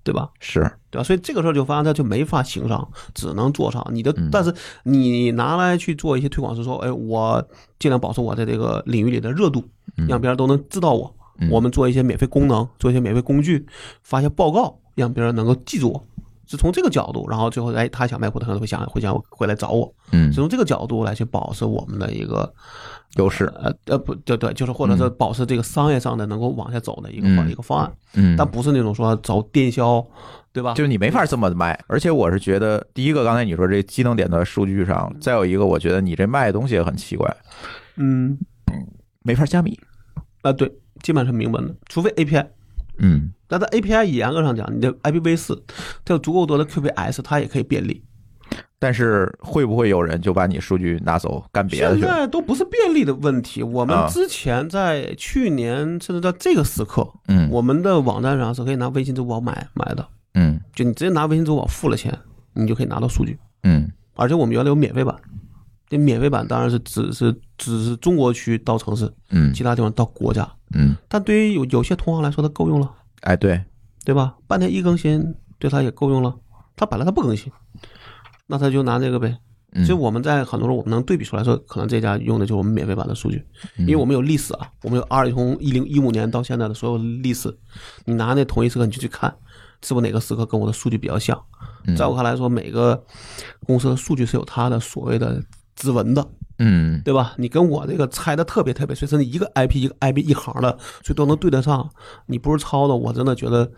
对吧？是，对吧？所以这个事儿就发现它就没法行商，只能做上你的嗯。但是你拿来去做一些推广，是说，哎，我尽量保持我在这个领域里的热度，嗯让别人都能知道我。嗯我们做一些免费功能，做一些免费工具，发一些报告，让别人能够记住我。是从这个角度，然后最后，哎，他想卖货，他可能会想会想会来找我，嗯是从这个角度来去保持我们的一个优势，呃呃不对对，就是或者是保持这个商业上的能够往下走的一个方、嗯一个方案，嗯但不是那种说走电销，对吧？就你没法这么卖。而且我是觉得，第一个刚才你说这机能点的数据上，再有一个，我觉得你这卖的东西也很奇怪，嗯，没法加密。啊，对，基本上是明文的，除非 API。嗯那在 API 严格上讲，你的 IPv 四，它有足够多的 QPS，它也可以便利。，但是会不会有人就把你数据拿走干别的现去？在都不是便利的问题。我啊们之前在去年，甚至在这个时刻，嗯我们的网站上是可以拿微信、支付宝买买的，嗯就你直接拿微信、支付宝付了钱，你就可以拿到数据。嗯而且我们原来有免费版，这免费版当然是只是只是中国区到城市，嗯其他地方到国家。嗯，但对于有有些同行来说，它够用了。哎，对，对吧？半年一更新对他也够用了。他本来他不更新，那他就拿这个呗。嗯所以我们在很多时候我们能对比出来说，可能这家用的就是我们免费版的数据，因为我们有历史啊，我们有二从一零一五年到现在的所有历史，你拿那同一时刻你就去看，是不是哪个时刻跟我的数据比较像？在我看来说，每个公司的数据是有它的所谓的指纹的，嗯对吧？你跟我这个猜的特别特别碎，甚至一个 IP 一个 IP 一行的，所以都能对得上。你不是抄的，我真的觉得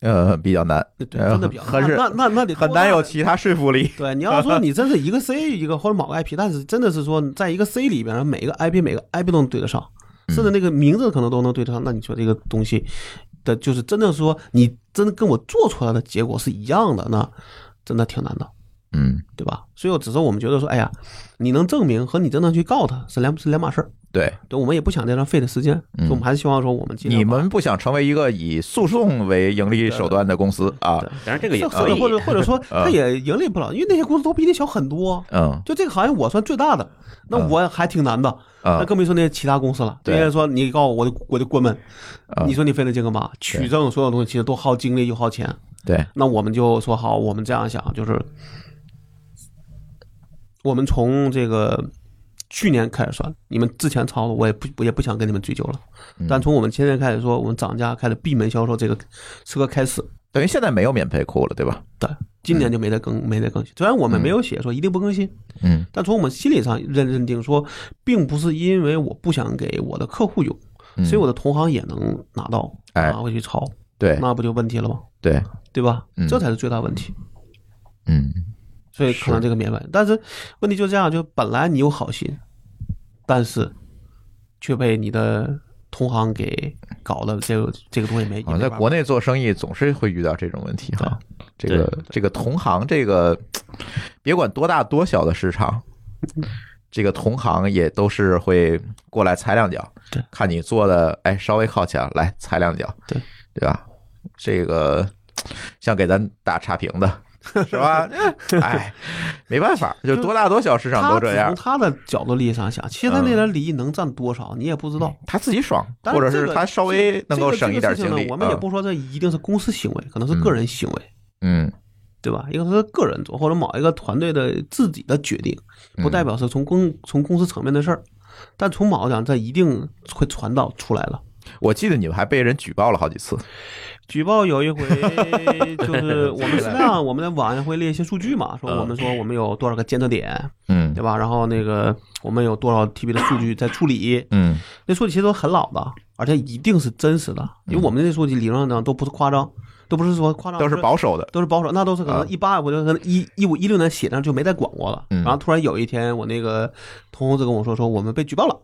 呃比较难，对，呃真的比较合适那那那那得多很难有大的其他说服力。对，你要说你真是一个 C 一个或者某个 IP，但是真的是说你在一个 C 里边，每一个 IP 每个 IP 都能对得上，甚至那个名字可能都能对得上。那你说这个东西的，就是真的说你真的跟我做出来的结果是一样的，那真的挺难的，嗯，对吧？所以我只是我们觉得说，哎呀，你能证明和你真的去告他是两是两码事儿。对，对，我们也不想在这上费的时间，所以我们还是希望说我们尽量你们不想成为一个以诉讼为盈利手段的公司啊？当然 这个也或可者以或，者或者说他也盈利不了，因为那些公司都比你小很多。嗯就这个行业我算最大的，那嗯我还挺难的，那嗯更别说那些其他公司了。对人家说你告诉我我就我就关门，嗯你说你费那劲干嘛？取证所有东西其实都耗精力又耗钱。对，那我们就说好，我们这样想，就是我们从这个去年开始算，你们之前抄的我也不我也不想跟你们追究了，嗯但从我们现在开始说，我们涨价开始闭门销售这个是个开始。等于现在没有免费库了，对吧？对，今年就没得更，没得更新。虽然我们没有写说一定不更新，嗯，但从我们心理上认认定说，并不是因为我不想给我的客户用，嗯所以我的同行也能拿到，哎拿回去抄，对那不就问题了吗？对，对吧？嗯这才是最大问题。嗯所以可能这个免费，但是问题就这样，就本来你有好心，但是却被你的同行给搞了，这个这个东西没。啊，在国内做生意总是会遇到这种问题哈。这个对这个同行，这个别管多大多小的市场，这个同行也都是会过来踩两脚对，看你做的哎稍微靠前，来踩两脚，对对吧？这个像给咱打差评的，是吧？ 哎，没办法，就多大多小市场他都这只样嗯从。他的角度利益上想，其实他那点利益能占多少，你也不知道。他自己爽，但或者这是个他稍微能够这个省一点这个事精情呢力。我们也嗯不说这一定是公司行为，可能是个人行为，嗯，对吧？一个是个人做，或者某一个团队的自己的决定，嗯不代表是从公从公司层面的事儿。但从某讲，这一定会传导出来了。我记得你们还被人举报了好几次。举报有 一回，就是嗯我们实际上我们在网上会列一些数据嘛，说我们说我们有多少个监测点，嗯对吧？然后那个我们有多少 TB 的数据在处理，嗯那数据其实都很老的，而且一定是真实的，因为我们那数据理论上讲都不是夸张，都不是说夸嗯张，都是保守的。都是保守，那都是可啊能一八，我就可能一一五一六年写上就没再管过了。嗯然后突然有一天，我那个同事跟我说，说我们被举 报了。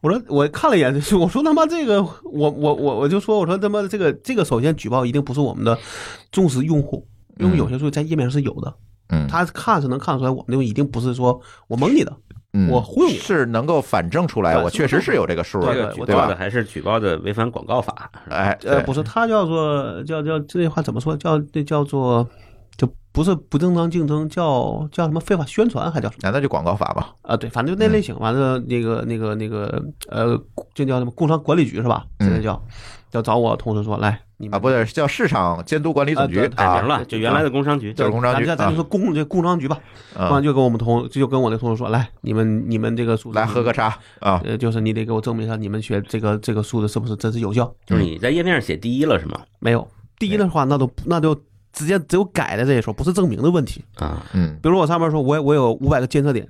我说我看了一眼，就是我说他妈这个，我我我我就说我说他妈这个这个，首先举报一定不是我们的忠实用户，因为有些数据在页面上是有的，嗯，他看是能看出来，我们那个一定不是说我蒙你的，嗯我忽悠你是能够反证出来，对我确实是有这个数的，这个对举我对报的吧？还是举报的违反广告法，哎，呃，对不是，他叫做叫叫这句话怎么说？叫那叫做就不是不正当竞争，叫叫什么非法宣传，还叫什么？难道就广告法吗？啊，对，反正就那类型，完了那个那个那个呃，就叫什么工商管理局是吧？嗯现在叫要找我同事说，来你们啊，不对，是叫市场监督管理总局啊对嗯改名啊，了，就原来的工商局就就是工商咱局咱咱就啊说工这工商局吧，工嗯，商局就跟我们同就跟我的同事说，来你们你们这个数字来喝个，茶啊，呃，就是你得给我证明一下你们学这个这个数字是不是真是有效？就是你在页面上写第一了是吗？没有，第一的话那都那就直接只有改的这一说，不是证明的问题。啊嗯比如我上面说我我有五百个监测点，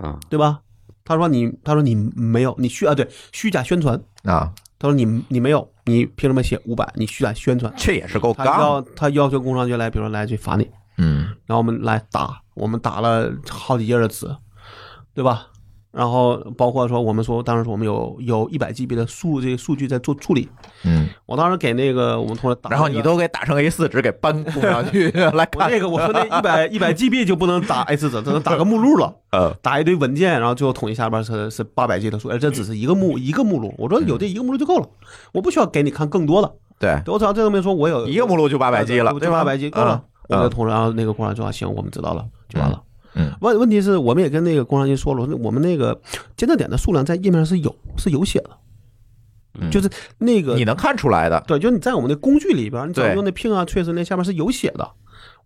啊，对吧？他说你他说你没有，你虚啊对虚假宣传。啊，他说你你没有，你凭什么写五百？你虚假宣传。这也是够他刚要，他要求工商局来，比如说来去罚你，嗯然后我们来打，我们打了好几页的纸，对吧？然后包括说我们说当时我们有有一百 GB 的数这个数据在做处理，嗯，我当时给那个我们同事打了一然个，后你都给打成 A 四纸给搬工商 局来我看， 那个我说那一百一百 GB 就不能打 A 四纸，只能打个目录了。呃，打一堆文件，然后最后统一下边是是八百 G 的数，嗯哎而这只是一个目一个目录。我说有这一个目录就够了，我不需要给你看更多的。对，我只要这证明说我有呃一呃个目录就八百 G 了，对吧？八百 G 够了。我嗯们的同事，然后那个工商局说啊行，我们知道了，就完了。嗯嗯问问题是我们也跟那个工商局说了，我们那个监测点的数量在页面上是有是有写的，嗯就是那嗯个你能看出来的，对，就是你在我们的工具里边，你只要对用那 ping 啊、trace 那下面是有写的。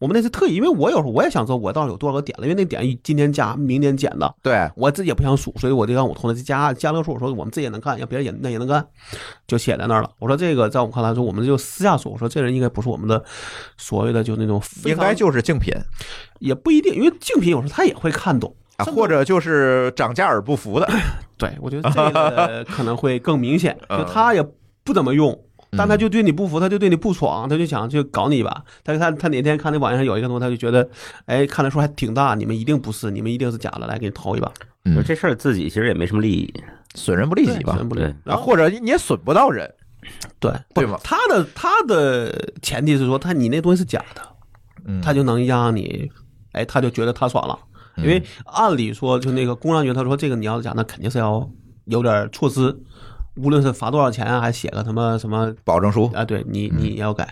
我们那是特意，因为我有时候我也想知道我到底有多少个点了，因为那点今天加，明天减的，对，我自己也不想数，所以我就让我同事加加了个数，我说我们自己也能干，让别人也那也能干，就写在那儿了。我说这个在我们看来说，我们就私下说，我说这人应该不是我们的所谓的就那种非应常该就是竞品也不一定，因为竞品有时候他也会看懂。啊，甚至或者就是涨价而不服的，对我觉得这 个可能会更明显，嗯就他也不怎么用。但他就对你不服，他就对你不爽，他就想去搞你一把。但是他他哪天看那网上有一个东西，他就觉得，哎，看的数还挺大，你们一定不是，你们一定是假的，来给你掏一把，嗯这事儿自己其实也没什么利 益，损人不利己吧？全不对对。啊，然后或者你也损不到人，对对吗他的他的前提是说，他你那东西是假的，嗯他就能让你，哎，他就觉得他爽了。因为按理说，就那个工商局他说这个你要是假，那肯定是要有点措施，无论是罚多少钱啊，还写个他妈什么保证书，啊，对你你也要改。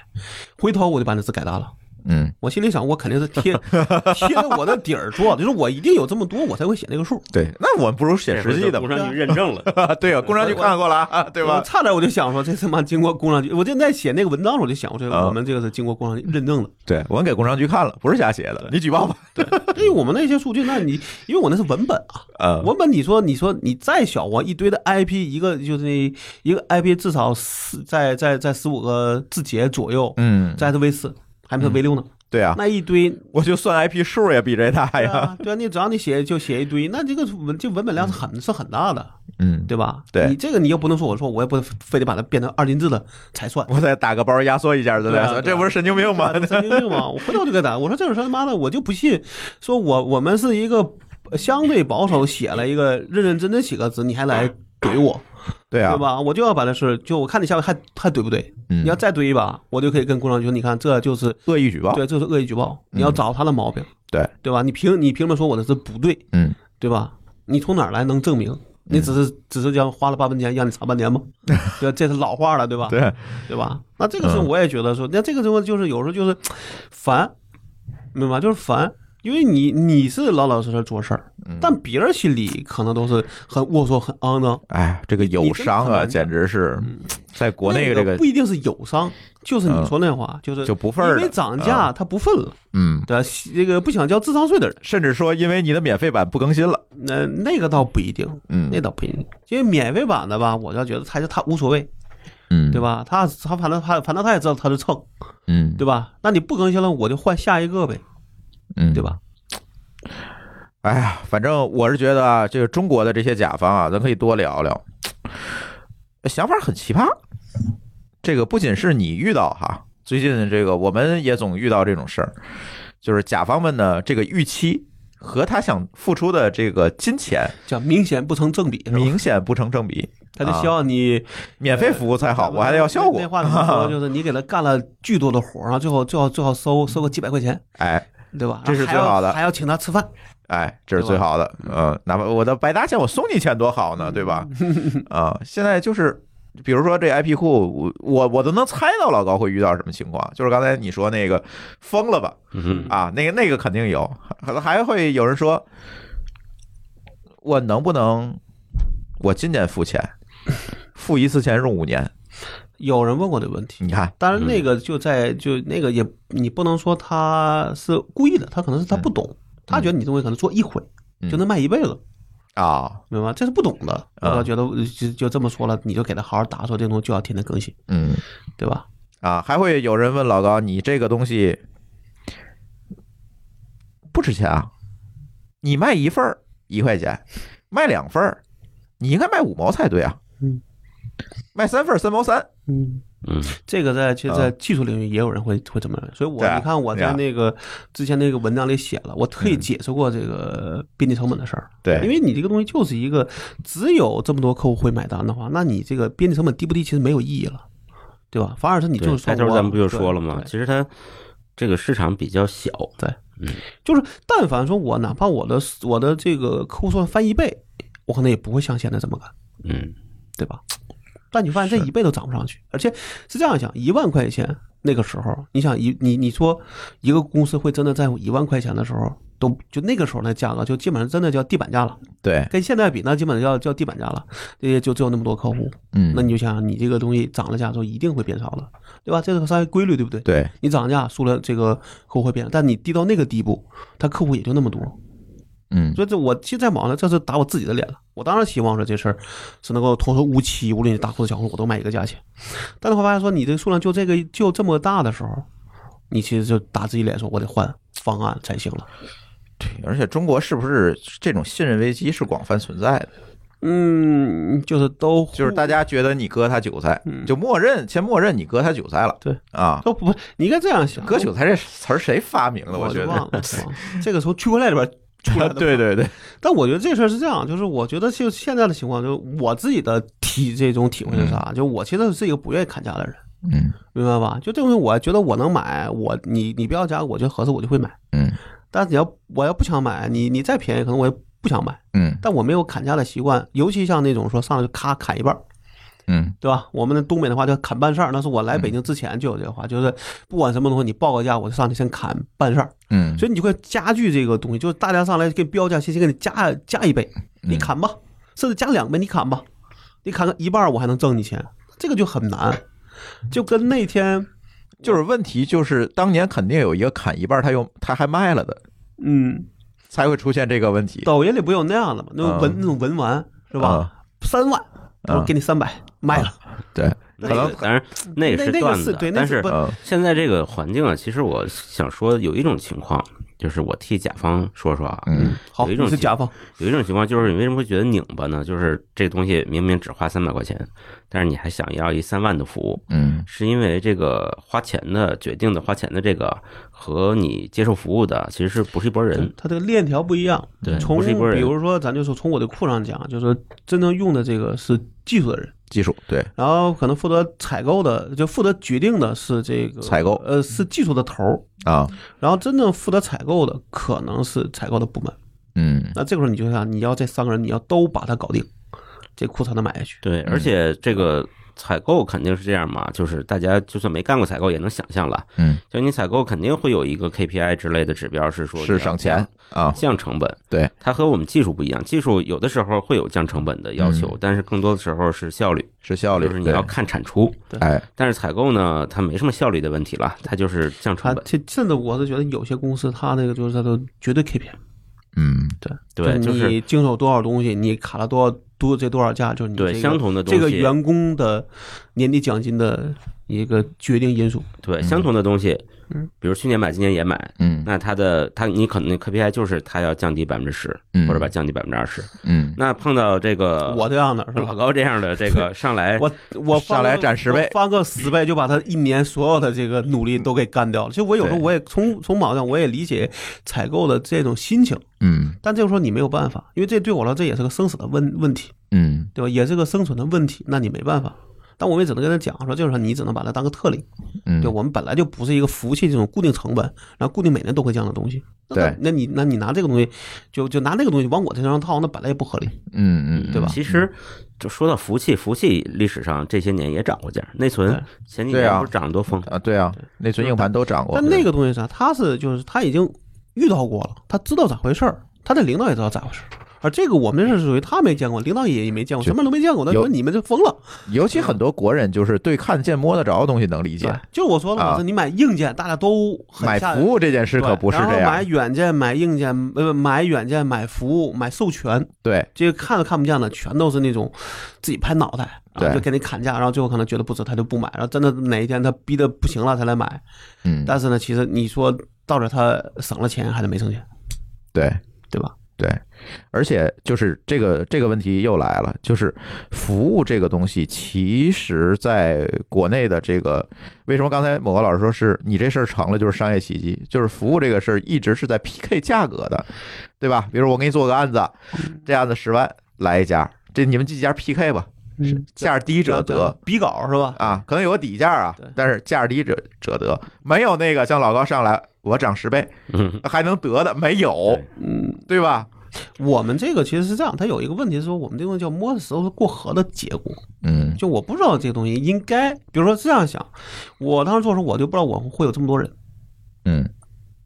回头我就把那字改大了。嗯，我心里想，我肯定是贴 贴着我的底儿做，就是我一定有这么多，我才会写那个数。对，那我们不如写实际的工嘛，商局认 证了， 对啊，工商局看过了啊，对我吧？差点我就想说，这他妈经过工商局，我就在写那个文章的时候我就想，我说啊我们这个是经过工商局认证的。对，我们给工商局看了，不是瞎写的，你举报吧。对于我们那些数据，那你因为我那是文本啊，呃，文本你说你说你再小，我一堆的 IP，一个就是那一个 IP 至少四在在在十五个字节左右，嗯，这还是 V 四，还没是 V 六呢，对啊，那 一堆我就算 IP 数也比这大对呀。啊，对啊，你只要你写就写一堆，那这个文这文本量是很、是很大的，嗯，对吧？对你这个你又不能说我说我也不非得把它变成二进制的才算， 我再打个包压缩一下，对不对啊对啊这不是神经病吗？对吧神经病吗？我回头就给他，我说这种事儿他妈的我就不信，说我我们是一个相对保守，写了一个认认真真写个字，你还来怼我， 对啊对，吧？我就要把这事儿，就我看你下回还还怼不怼？嗯你要再怼一把，我就可以跟工商局说，你看这就是恶意举报，嗯对，这是恶意举报，你要找他的毛病，对，对吧？你凭你凭什么说我的是不对？嗯，对吧？你从哪儿来能证明？你只是只是将花了半分钱让你查 半年吗？对吧，这是老话了，对吧？对，嗯对吧？那这个时候我也觉得说，那这个时候就是有时候就是 烦，明白？就是烦，因为你你是老老实实做事儿，嗯但别人心里可能都是很龌龊、很肮脏。哎，这个友商啊，你真的很难嗯简直是在国内这那个不一定是友商，就是嗯你说那话，就是就不分儿因为的涨价嗯他不分了，嗯，对吧？这个不想交智商税的人，甚至说因为你的免费版不更新了，那那个倒不一定，嗯那倒不一定，因为免费版的吧，我倒觉得他就他无所谓，嗯，对？吧？他他反正他反正他也知道他是蹭，嗯，对吧？那你不更新了，我就换下一个呗，嗯，对？吧？哎呀，反正我是觉得啊，这个中国的这些甲方啊，咱可以多聊聊，想法很奇葩。这个不仅是你遇到哈，最近这个我们也总遇到这种事儿，就是甲方们呢这个预期和他想付出的这个金钱叫明显不成正比，是吧？明显不成正比，他就希望你免费服务才好，我还得要效果那。话怎 么说？就是你给他干了巨多的活儿，然后最后最后最后收收个几百块钱，哎对吧？这是然后还要最好的还要请他吃饭，哎，这是最好的，嗯，哪怕我的白搭钱，我送你钱多好呢，对吧？啊，现在就是。比如说这 IP 库，我我我都能猜到老高会遇到什么情况，就是刚才你说那个疯了吧嗯哼，啊，那个那个肯定有，可能还会有人说，我能不能我今年付钱，付一次钱用五年？有人问过这个问题，你看，当然那个就在嗯就那个也你不能说他是故意的，他可能是他不懂，他觉得你东西可能做一回嗯就能卖一辈子，啊、明白吗？这是不懂的，我啊倒觉得呃就就这么说了，你就给他好好打说这东西就要天天更新，嗯对吧？啊，还会有人问老高，你这个东西不值钱啊？你卖一份儿一块钱，卖两份儿，你应该卖五毛才对啊。嗯，卖三份儿三毛三。嗯， 嗯这个在其实，在啊技术领域也有人会会这么认为，所以我对啊你看我对啊在那个之前那个文章里写了，我特意解释过这个边际成本的事儿，对因为你这个东西就是一个只有这么多客户会买单的话，那你这个边际成本低不低其实没有意义了，对吧？反而是你就对，是开双头光咱们不就说了对吗？对其实它这个市场比较小，就是但凡说我哪怕我的我的这个客户数量翻一倍，我可能也不会像现在这么干，嗯对吧？但你发现这一倍都涨不上去，而且是这样想，一万块钱那个时候，你想一你你说一个公司会真的在乎一万块钱的时候，都就那个时候那价格就基本上真的叫地板价了，对，跟现在比那基本上叫叫地板价了，也就只有那么多客户，嗯那你就想想你这个东西涨了价之后一定会变少的，对吧？这是个商业规律，对不对？对，你涨价，数量这个客户会变少，但你低到那个地步，他客户也就那么多，嗯所以这我其实在网上这是打我自己的脸了。我当然希望说这事儿是能够童叟无欺，无论你大裤子小裤子我都卖一个价钱。但是后来发现说你这数量就这个就这么大的时候，你其实就打自己脸说我得换方案才行了。而且中国是不是这种信任危机是广泛存在的？嗯，就是都就是大家觉得你割他韭菜，就默认先默认你割他韭菜了。嗯对啊，都不，你应该这样想。割韭菜这词儿谁发明的？我觉就得忘了，忘了这个从区块链里边出来 的。对对对，但我觉得这事儿是这样，就是我觉得就现在的情况，就是我自己的体这种体会是啥？就我其实是一个不愿意砍价的人，嗯明白吧？就这东西，我觉得我能买，我你你不要价，我觉得合适，我就会买。嗯但只要我要不想买，你你再便宜，可能我也不想买。嗯但我没有砍价的习惯，尤其像那种说上来就咔砍一半儿，嗯对吧？我们的东北的话叫砍半扇儿，那是我来北京之前就有这个话，就是不管什么东西，你报个价，我就上去先砍半扇儿。嗯，所以你就会加剧这个东西，就是大家上来给你标价，先先给你加加一倍，嗯你砍吧，甚至加两倍，你砍吧，你砍个一半儿，我还能挣你钱，这个就很难。就跟那天，就是问题就是当年肯定有一个砍一半儿他又他还卖了的，嗯，才会出现这个问题。抖音里不有那样的吗？那种文、嗯那种文玩是吧？嗯啊三万，我给你三百，卖了。对，那可能个当然那那个是那个段是子，对那但是是不嗯现在这个环境啊，其实我想说有一种情况，就是我替甲方说说啊，嗯好，有一种你是情甲方，有一种情况就是你为什么会觉得拧巴呢？就是这东西明明只花三百块钱，但是你还想要一三万的服务，嗯是因为这个花钱的决定的花钱的这个和你接受服务的其实是不是一拨人？他这个链条不一样。对从不是一拨人比如说，咱就说从我的库上讲，就是真正用的这个是技术的人，技术对，然后可能负责采购的，就负责决定的是这个采购呃，是技术的头儿。啊，然后真正负责采购的可能是采购的部门。嗯那这个时候你嗯就想，你要这三个人，你要都把它搞定，这库才能买下去。对，而且这个采购肯定是这样嘛，就是大家就算没干过采购也能想象了，嗯，就你采购肯定会有一个 KPI 之类的指标，是说是省钱啊，降成本，对，它和我们技术不一样，技术有的时候会有降成本的要求，但是更多的时候是效率，是嗯效率，就是你对要看产出。哎，但是采购呢，它没什么效率的问题了，它就是降成他本。这甚至我是觉得有些公司它那个就是它的绝对 KPI，嗯，对对，就是你经手多少东西，你卡了多少多这多少价，就是你对这个相同的东这西，个员工的年底奖金的一个决定因素。对相同的东西，比如去年买，今年也买，嗯那它的它你可能 KPI 就是它要降低百分之十嗯，或者把降低百分之二十。嗯，那碰到这个我这样的是呃老吧？高这样的这个上 来，我我上来涨涨10倍翻个十倍就把他一年所有的这个努嗯力都给干掉了。就我有时候对我也从从网上我也理解采购的这种心情，嗯但这个时候你没有办法，因为这对我来说这也是个生死的问问题，嗯对吧？也是个生存的问题，那你没办法。但我们也只能跟他讲说，就是说你只能把它当个特例，嗯，对，我们本来就不是一个服务器这种固定成本，然后固定每年都会降的东西。那对那你那你拿这个东西，就就拿那个东西往我身上套，那本来也不合理。嗯嗯，对吧其实就说到服务器，服务器历史上这些年也涨过价，内存对前几对年啊不是涨得多疯，啊，对啊，内存硬盘都涨过，但那个东西啥，他是就是他已经遇到过了，他知道咋回事儿，他的领导也知道咋回事儿。而这个我们是属于他没见过，领导也也没见过，就什么都没见过，那有说你们这疯了。尤其很多国人就是对看见摸得着的东西能理对解，，就是我说了，啊我说你买硬件，大家都很买下服务这件事可不是对这然后买样，软件、买硬件，呃，买软件、买服务、买授权，对，这个看都看不见的，全都是那种自己拍脑袋，然对后就给你砍价，然后最后可能觉得不值，他就不买，然后真的哪一天他逼得不行了，他来买。嗯，但是呢，其实你说到这儿他省了钱，还是没省钱，对，对吧？对，而且就是这个这个问题又来了，就是服务这个东西，其实在国内的这个，为什么刚才某个老师说是你这事儿成了就是商业奇迹，就是服务这个事儿一直是在 PK 价格的，对吧？比如我给你做个案子，这案子十万，来一家，这你们几家 PK 吧，嗯，价低者得。比稿是吧？啊，可能有个底价啊对，但是价低者者得，没有那个像老高上来我涨十倍嗯，还能得的，没有，嗯，对吧？我们这个其实是这样，它有一个问题是说，我们这个叫摸着石头是过河的结果。嗯就我不知道这个东西应该，比如说这样想，我当时做的时候我就不知道我会有这么多人，嗯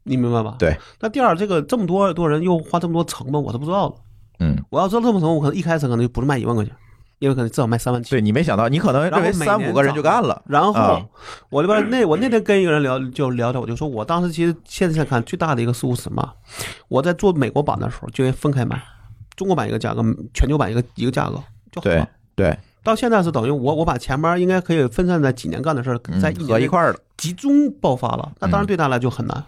你明白吧？对。那第二，这个这么多多人又花这么多成本，我是不知道的。嗯，我要知道这么成本，我可能一开始可能就不是卖一万块钱，因为可能至少卖三万七。对你没想到，你可能认为然后每三年五个人就干了，然后啊我这边那我那天跟一个人聊，就聊到，我就说我当时其实现在看最大的一个失误是什么？我在做美国版的时候就应该分开买，中国版一个价格，嗯全球版一个一个价格就好对了。对，到现在是等于我我把前面应该可以分散在几年干的事儿，在一嗯合年一内块儿了，集中爆发了。那当然对他来就很难，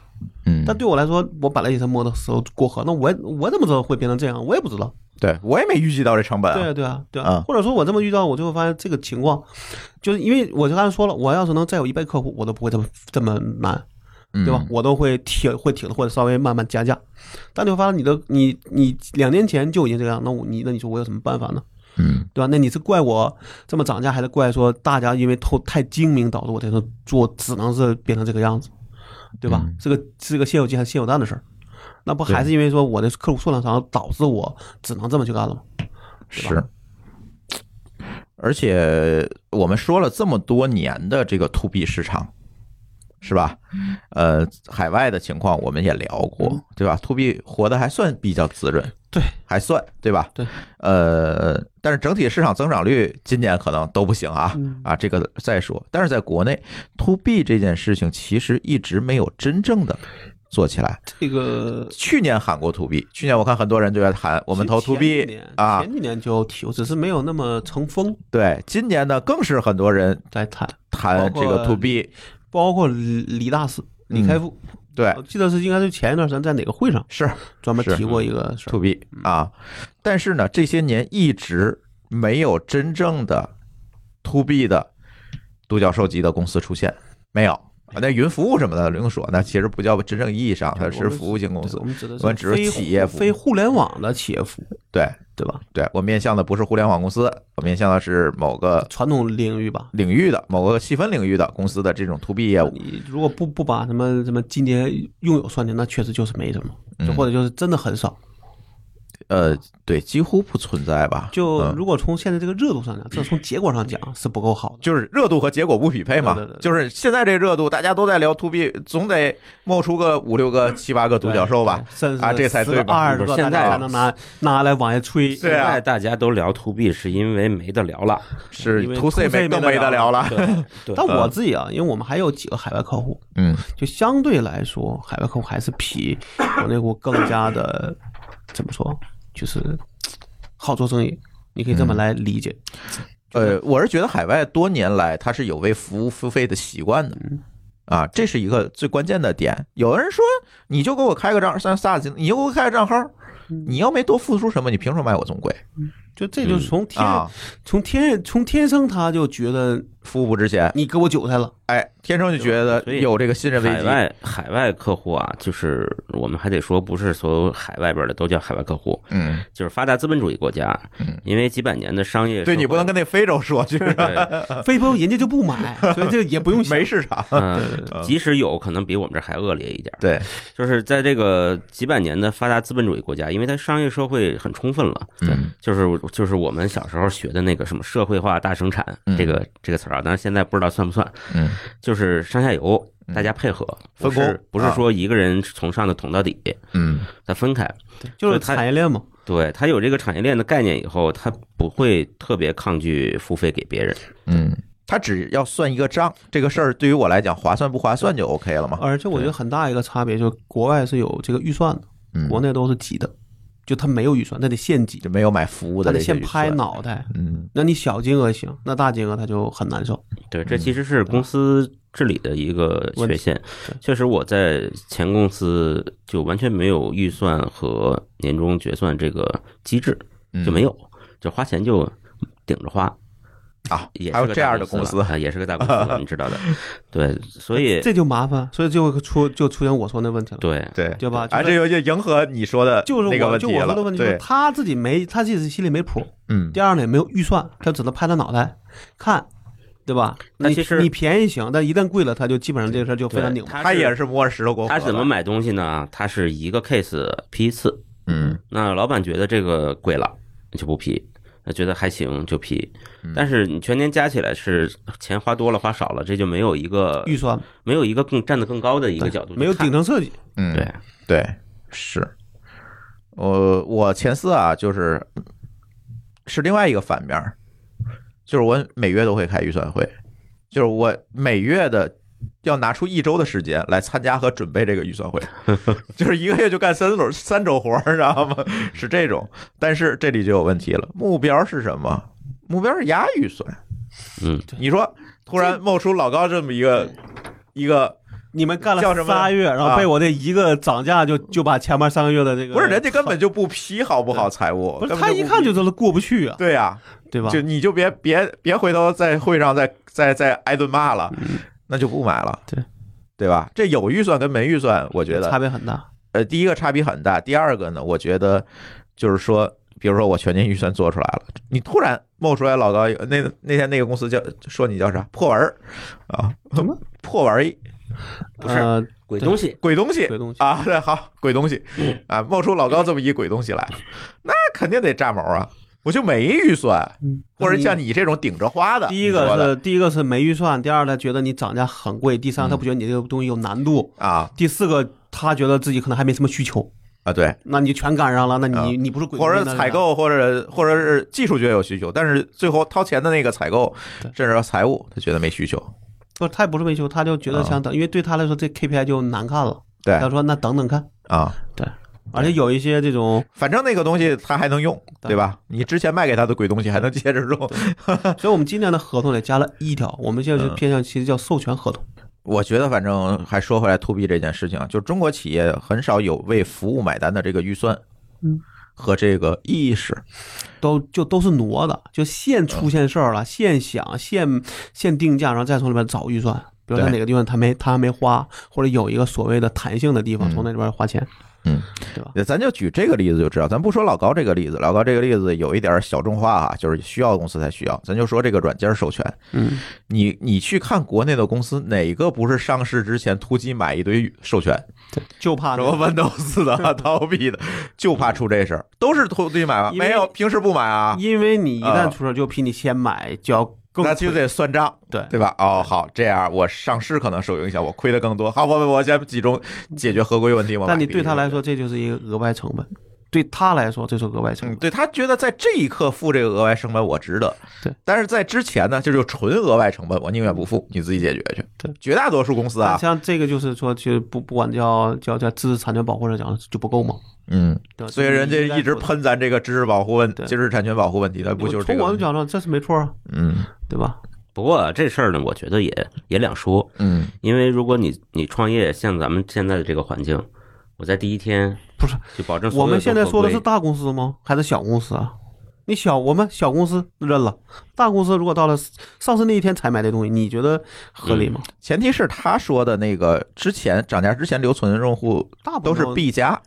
嗯但对我来说，我本来也是摸的时候过河，那我也我怎么知道会变成这样？我也不知道。对我也没预计到这成本对啊，啊，对啊，对啊啊。或者说我这么遇到，我就会发现这个情况，就是因为我就刚才说了，我要是能再有一倍客户，我都不会这么这么难，对吧？嗯？我都会挺会挺或者稍微慢慢加价。但你会发现你的你你两年前就已经这样，那我你那你说我有什么办法呢？嗯对吧？那你是怪我这么涨价，还是怪说大家因为透太精明导致我这个做只能是变成这个样子，对吧？嗯是个是个先有鸡还是先有蛋的事儿，那不还是因为说我的客户数量少，导致我只能这么去干了吗？对是。而且我们说了这么多年的这个 to B 市场，是吧？嗯呃，海外的情况我们也聊过，对吧？to B 活得还算比较滋润，对，还算对吧？对，呃，但是整体市场增长率今年可能都不行啊嗯啊，这个再说。但是在国内 to B 这件事情其实一直没有真正的做起来。这个去年喊过 to B，去年我看很多人就在喊我我们投 to B 啊，前几年就提，我只是没有那么成风对，今年呢更是很多人在谈，谈包这括嗯个 to B，包括李李大师嗯李开复，对我，记得是应该是前一段时间在哪个会上哎是专门是嗯提过一个事儿 to B 啊，但是呢，这些年一直没有真正的 to B 的独角兽级的公司出现，没有。啊那云服务什么的不用说，那其实不叫真正意义上，它是服务型公对司我。们指的我是们指的非企业服务非互联网的企业服务，对，对吧？对我面向的不是互联网公司，我面向的是某个传统领域吧，领域的某个细分领域的公司的这种 to B 业务。你如果不不把什么什么今年用友算进，那确实就是没什么，就嗯或者就是真的很少。呃，对，几乎不存在吧？就嗯如果从现在这个热度上讲，这从结果上讲是不够好的。就是热度和结果不匹配嘛，对对对对就是现在这热度，大家都在聊 to B，总得冒出个五六个、七八个独角兽吧？对，甚至啊这才对吧二十个现大在啊家才能拿拿来往下吹。 对啊现在大家都聊 to B 是因为没得聊 了，是因为 to C to C 没更没得没得聊聊了，对但我自己啊，因为我们还有几个海外客户，嗯就相对来说，海外客户还是比国内客户更加的怎么说，就是好做生意。你可以嗯这么来理解，呃，我是觉得海外多年来它是有为服务付费的习惯的。啊，这是一个最关键的点。有人说，你就给我开个账，像 SaaS，你就给我开个账号，你要没多付出什么，你凭什么卖我这么贵就这就是从天、啊？从天从天生他就觉得服务不值钱，你给我韭菜了，哎，天生就觉得所以有这个信任危海机。外海外客户啊，就是我们还得说，不是所有海外边的都叫海外客户，嗯，就是发达资本主义国家，因为几百年的商业对社你不会能跟那非洲说，就是 对，非不人家就不买，所以这也不用想啊没市场。嗯，即使有可能比我们这还恶劣一点，对，就是在这个几百年的发达资本主义国家，因为它商业社会很充分了，嗯，就是就是我们小时候学的那个什么社会化大生产嗯这个这个词儿啊，当然现在不知道算不算，嗯，就是上下游大家配合分不是工啊不是说一个人从上头捅到底，嗯，它分开，就是所以他产业链嘛。对它有这个产业链的概念以后，它不会特别抗拒付费给别人，嗯，他只要算一个账，这个事儿对于我来讲划算不划算就 OK 了嘛。而且我觉得很大一个差别就是，国外是有这个预算的，嗯，国内都是挤的，就他没有预算，他得现挤，就没有买服务他的得这些现预拍算。脑袋。嗯那你小金额行，那大金额他就很难受。对，这其实是公司治理的一个嗯缺陷。确实，我在前公司就完全没有预算和年终决算这个机制，嗯就没有，就花钱就顶着花。啊也，还是有个这大样的公公了司，啊，也是个大公 司了，你知道的。对，所以这就麻烦，所以就会出就出现我说那问题了，对对对吧？啊，就这是就就迎合你说的就是那个我问就题我说的了。问题，就是对，他自己没他自己心里没谱，嗯第二呢也没有预算，他只能拍他脑袋看，对吧？那你其实你便宜行，但一旦贵了，他就基本上这个事儿就非常对拧巴。他也是摸着石头过河他的。怎么买东西呢？他是一个 case 批一次，嗯那老板觉得这个贵了就不批，那觉得还行就批。嗯但是你全年加起来是钱花多了花少了，这就没有一个预算没有一个更站得更高的一个角度去看，没有顶层设计，嗯，对，对，是。呃，我前四啊，就是是另外一个反面儿，就是我每月都会开预算会，就是我每月的要拿出一周的时间来参加和准备这个预 算会，就是一个月就干三轮三周活儿，知道吗？ 是这种。但是这里就有问题了，目标是什么？目标是压预算。嗯，你说突然冒出老高这么一个一个你们干了叫什么仨月，然后啊被我这一个涨价就就把前面三个月的这个不是人家根本就不批好不好？财务不根是本他不一看批就知道过不去啊，对呀、对吧？就你就别别别回头在会上再再再挨顿骂了，那就不买了，嗯对嗯对吧？这有预算跟没预算，我觉差得别很大。呃，第一个差别很大，第二个呢，我觉得就是说。比如说我全年预算做出来了，你突然冒出来老高一个那那天那个公司叫说你叫啥破玩儿啊 什么破玩儿不是呃鬼东西，鬼东西鬼东西嗯啊，对，好鬼东西啊，冒出老高这么一鬼东西来，那肯定得炸毛啊！我就没预算，或者像你这种顶着花的，第一你个说的是第一个是没预算，第二他觉得你涨价很贵，第嗯三他不觉得你这个东西有难度，啊第四个他觉得自己可能还没什么需求，啊，对，那你就全赶上了，那啊你你不是鬼或东者西那是采购，或者或者是技术觉得有需求，但是最后掏钱的那个采购，对甚至到财务，他觉得没需求，不，他也不是没修，他就觉得想等，因为对他来说这 KPI 就难看了。嗯对他说那等等看，啊，而且有一些这种，反正那个东西他还能用，对对吧？你之前卖给他的鬼东西还能接着用，所以我们今年的合同里加了一条，我们现在就嗯偏向其实叫授权合同。我觉得，反正还说回来，to B 这件事情啊，就中国企业很少有为服务买单的这个预算，嗯，和这个意识，都就都是挪的，就现出现事儿嗯了，现想现现定价，然后再从里边找预算。比如对在哪个地方他没他还没花，或者有一个所谓的弹性的地方，嗯从那里边花钱。嗯，对吧？咱就举这个例子就知道，咱不说老高这个例子，老高这个例子有一点小众化啊，就是需要公司才需要。咱就说这个软件授权，嗯，你你去看国内的公司，哪个不是上市之前突击买一堆授权，就怕什那么个 Windows 的、Adobe 的，就怕出这事儿，都是突击买吧？因为没有，平时不买啊，因为你一旦啊出事儿，就比你先买就要更那就亏得算账。对对吧？哦，好，这样我上市可能受影响，我亏的更多。好，我我先集中解决合规问题。我但买你第对一他个来说，这就是一个额外成本；对他来说，这是额外成嗯，本。对他觉得在这一刻付这个额外成本我值得，对。但是在之前呢，就是纯额外成本，我宁愿不付，你自己解决去。对，绝大多数公司但啊，像这个就是说，其实不不管叫叫叫知识产权保护上讲就不够嘛，嗯，对吧？所以人家你该一直做的，喷咱这个知识保护问、对知识产权保护问题，他不就是这从个我问们题？角度这是没错啊，嗯对吧？不过这事儿呢，我觉得也也两说，嗯，因为如果你你创业，像咱们现在的这个环境，我在第一天不是就保证所有我们都现在合说的是规大公司吗？还是小公司啊？你小我们小公司认了，大公司如果到了上市那一天才买这东西，你觉得合理吗？前提是他说的那个之前涨价之前留存的用户大部都分是 B 加，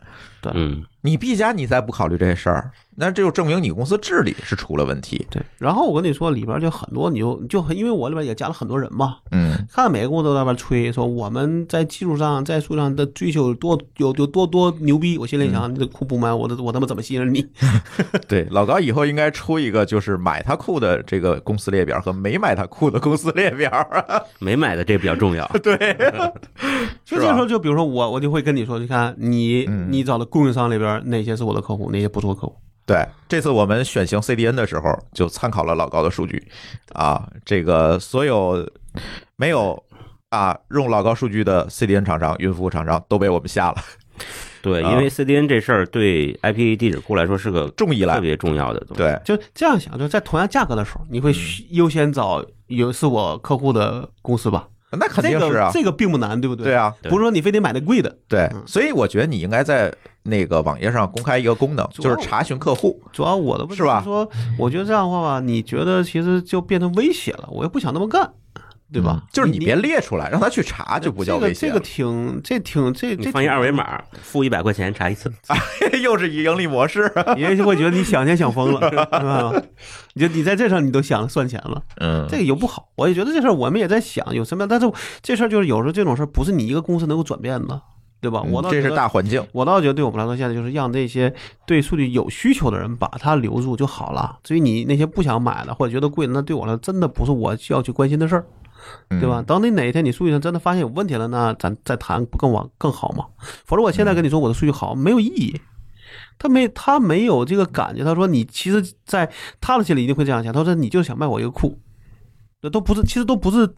嗯，你 B 加你再不考虑这事儿，那这就证明你公司治理是出了问题。对。然后我跟你说，里边就很多，你就就因为我里边也加了很多人嘛， 嗯看每个公司都在那边吹，说我们在技术上、在数上的追求有多有有多多牛逼。我心里想，你这库不满，我这我他妈怎么信任你？对，老高以后应该出一个就是买他库的这个公司列表和没买他库的公司列表。没买的这比较 重要。就这个时候，就比如说我，我就会跟你说，你看你嗯你找的供应商里边哪些是我的客户，哪些不是我客户。对，这次我们选型 CDN 的时候，就参考了老高的数据啊，这个所有没有啊用老高数据的 CDN 厂商、云服务厂商都被我们下了，对，啊因为 CDN 这事儿对 IP 地址库来说是个重依赖特。别重要的东西。对，就这样想，就在同样价格的时候，你会嗯优先找有是我客户的公司吧？那肯定是啊，这个这嗯个并不难，对不对？对，啊，对不是说你非得买的贵的，对，所以我觉得你应该在那个网页上公开一个功能，就是查询客户。主要我的问题是吧说，我觉得这样的话吧，你觉得其实就变成威胁了，我又不想那么干，对吧？嗯就是你嗯你别列出来，让他去查就不叫威胁这个这个挺这挺 这你这放一二维码，付一百块钱查 一次。又是一盈利模式。你也许会觉得你想钱想疯了，是吧？你就你在这上你都想着算钱了， 嗯这个有不好。我也觉得这事儿我们也在想有什么样，但是这事儿就是有时候这种事儿不是你一个公司能够转变的，对吧？我倒嗯这觉是得大环境。我倒觉得，对我们来说，现在就是让这些对数据有需求的人把它留住就好了。至于你那些不想买的或者觉得贵的，那对我来说真的不是我需要去关心的事儿，对吧？等你哪一天你数据上真的发现有问题了，那咱再谈不更往更好吗？否则我现在跟你说我的数据好没有意义。他没，他没有这个感觉。他说：“你其实，在他的心里一定会这样想。他说你就是想卖我一个库，那都不是，其实都不是，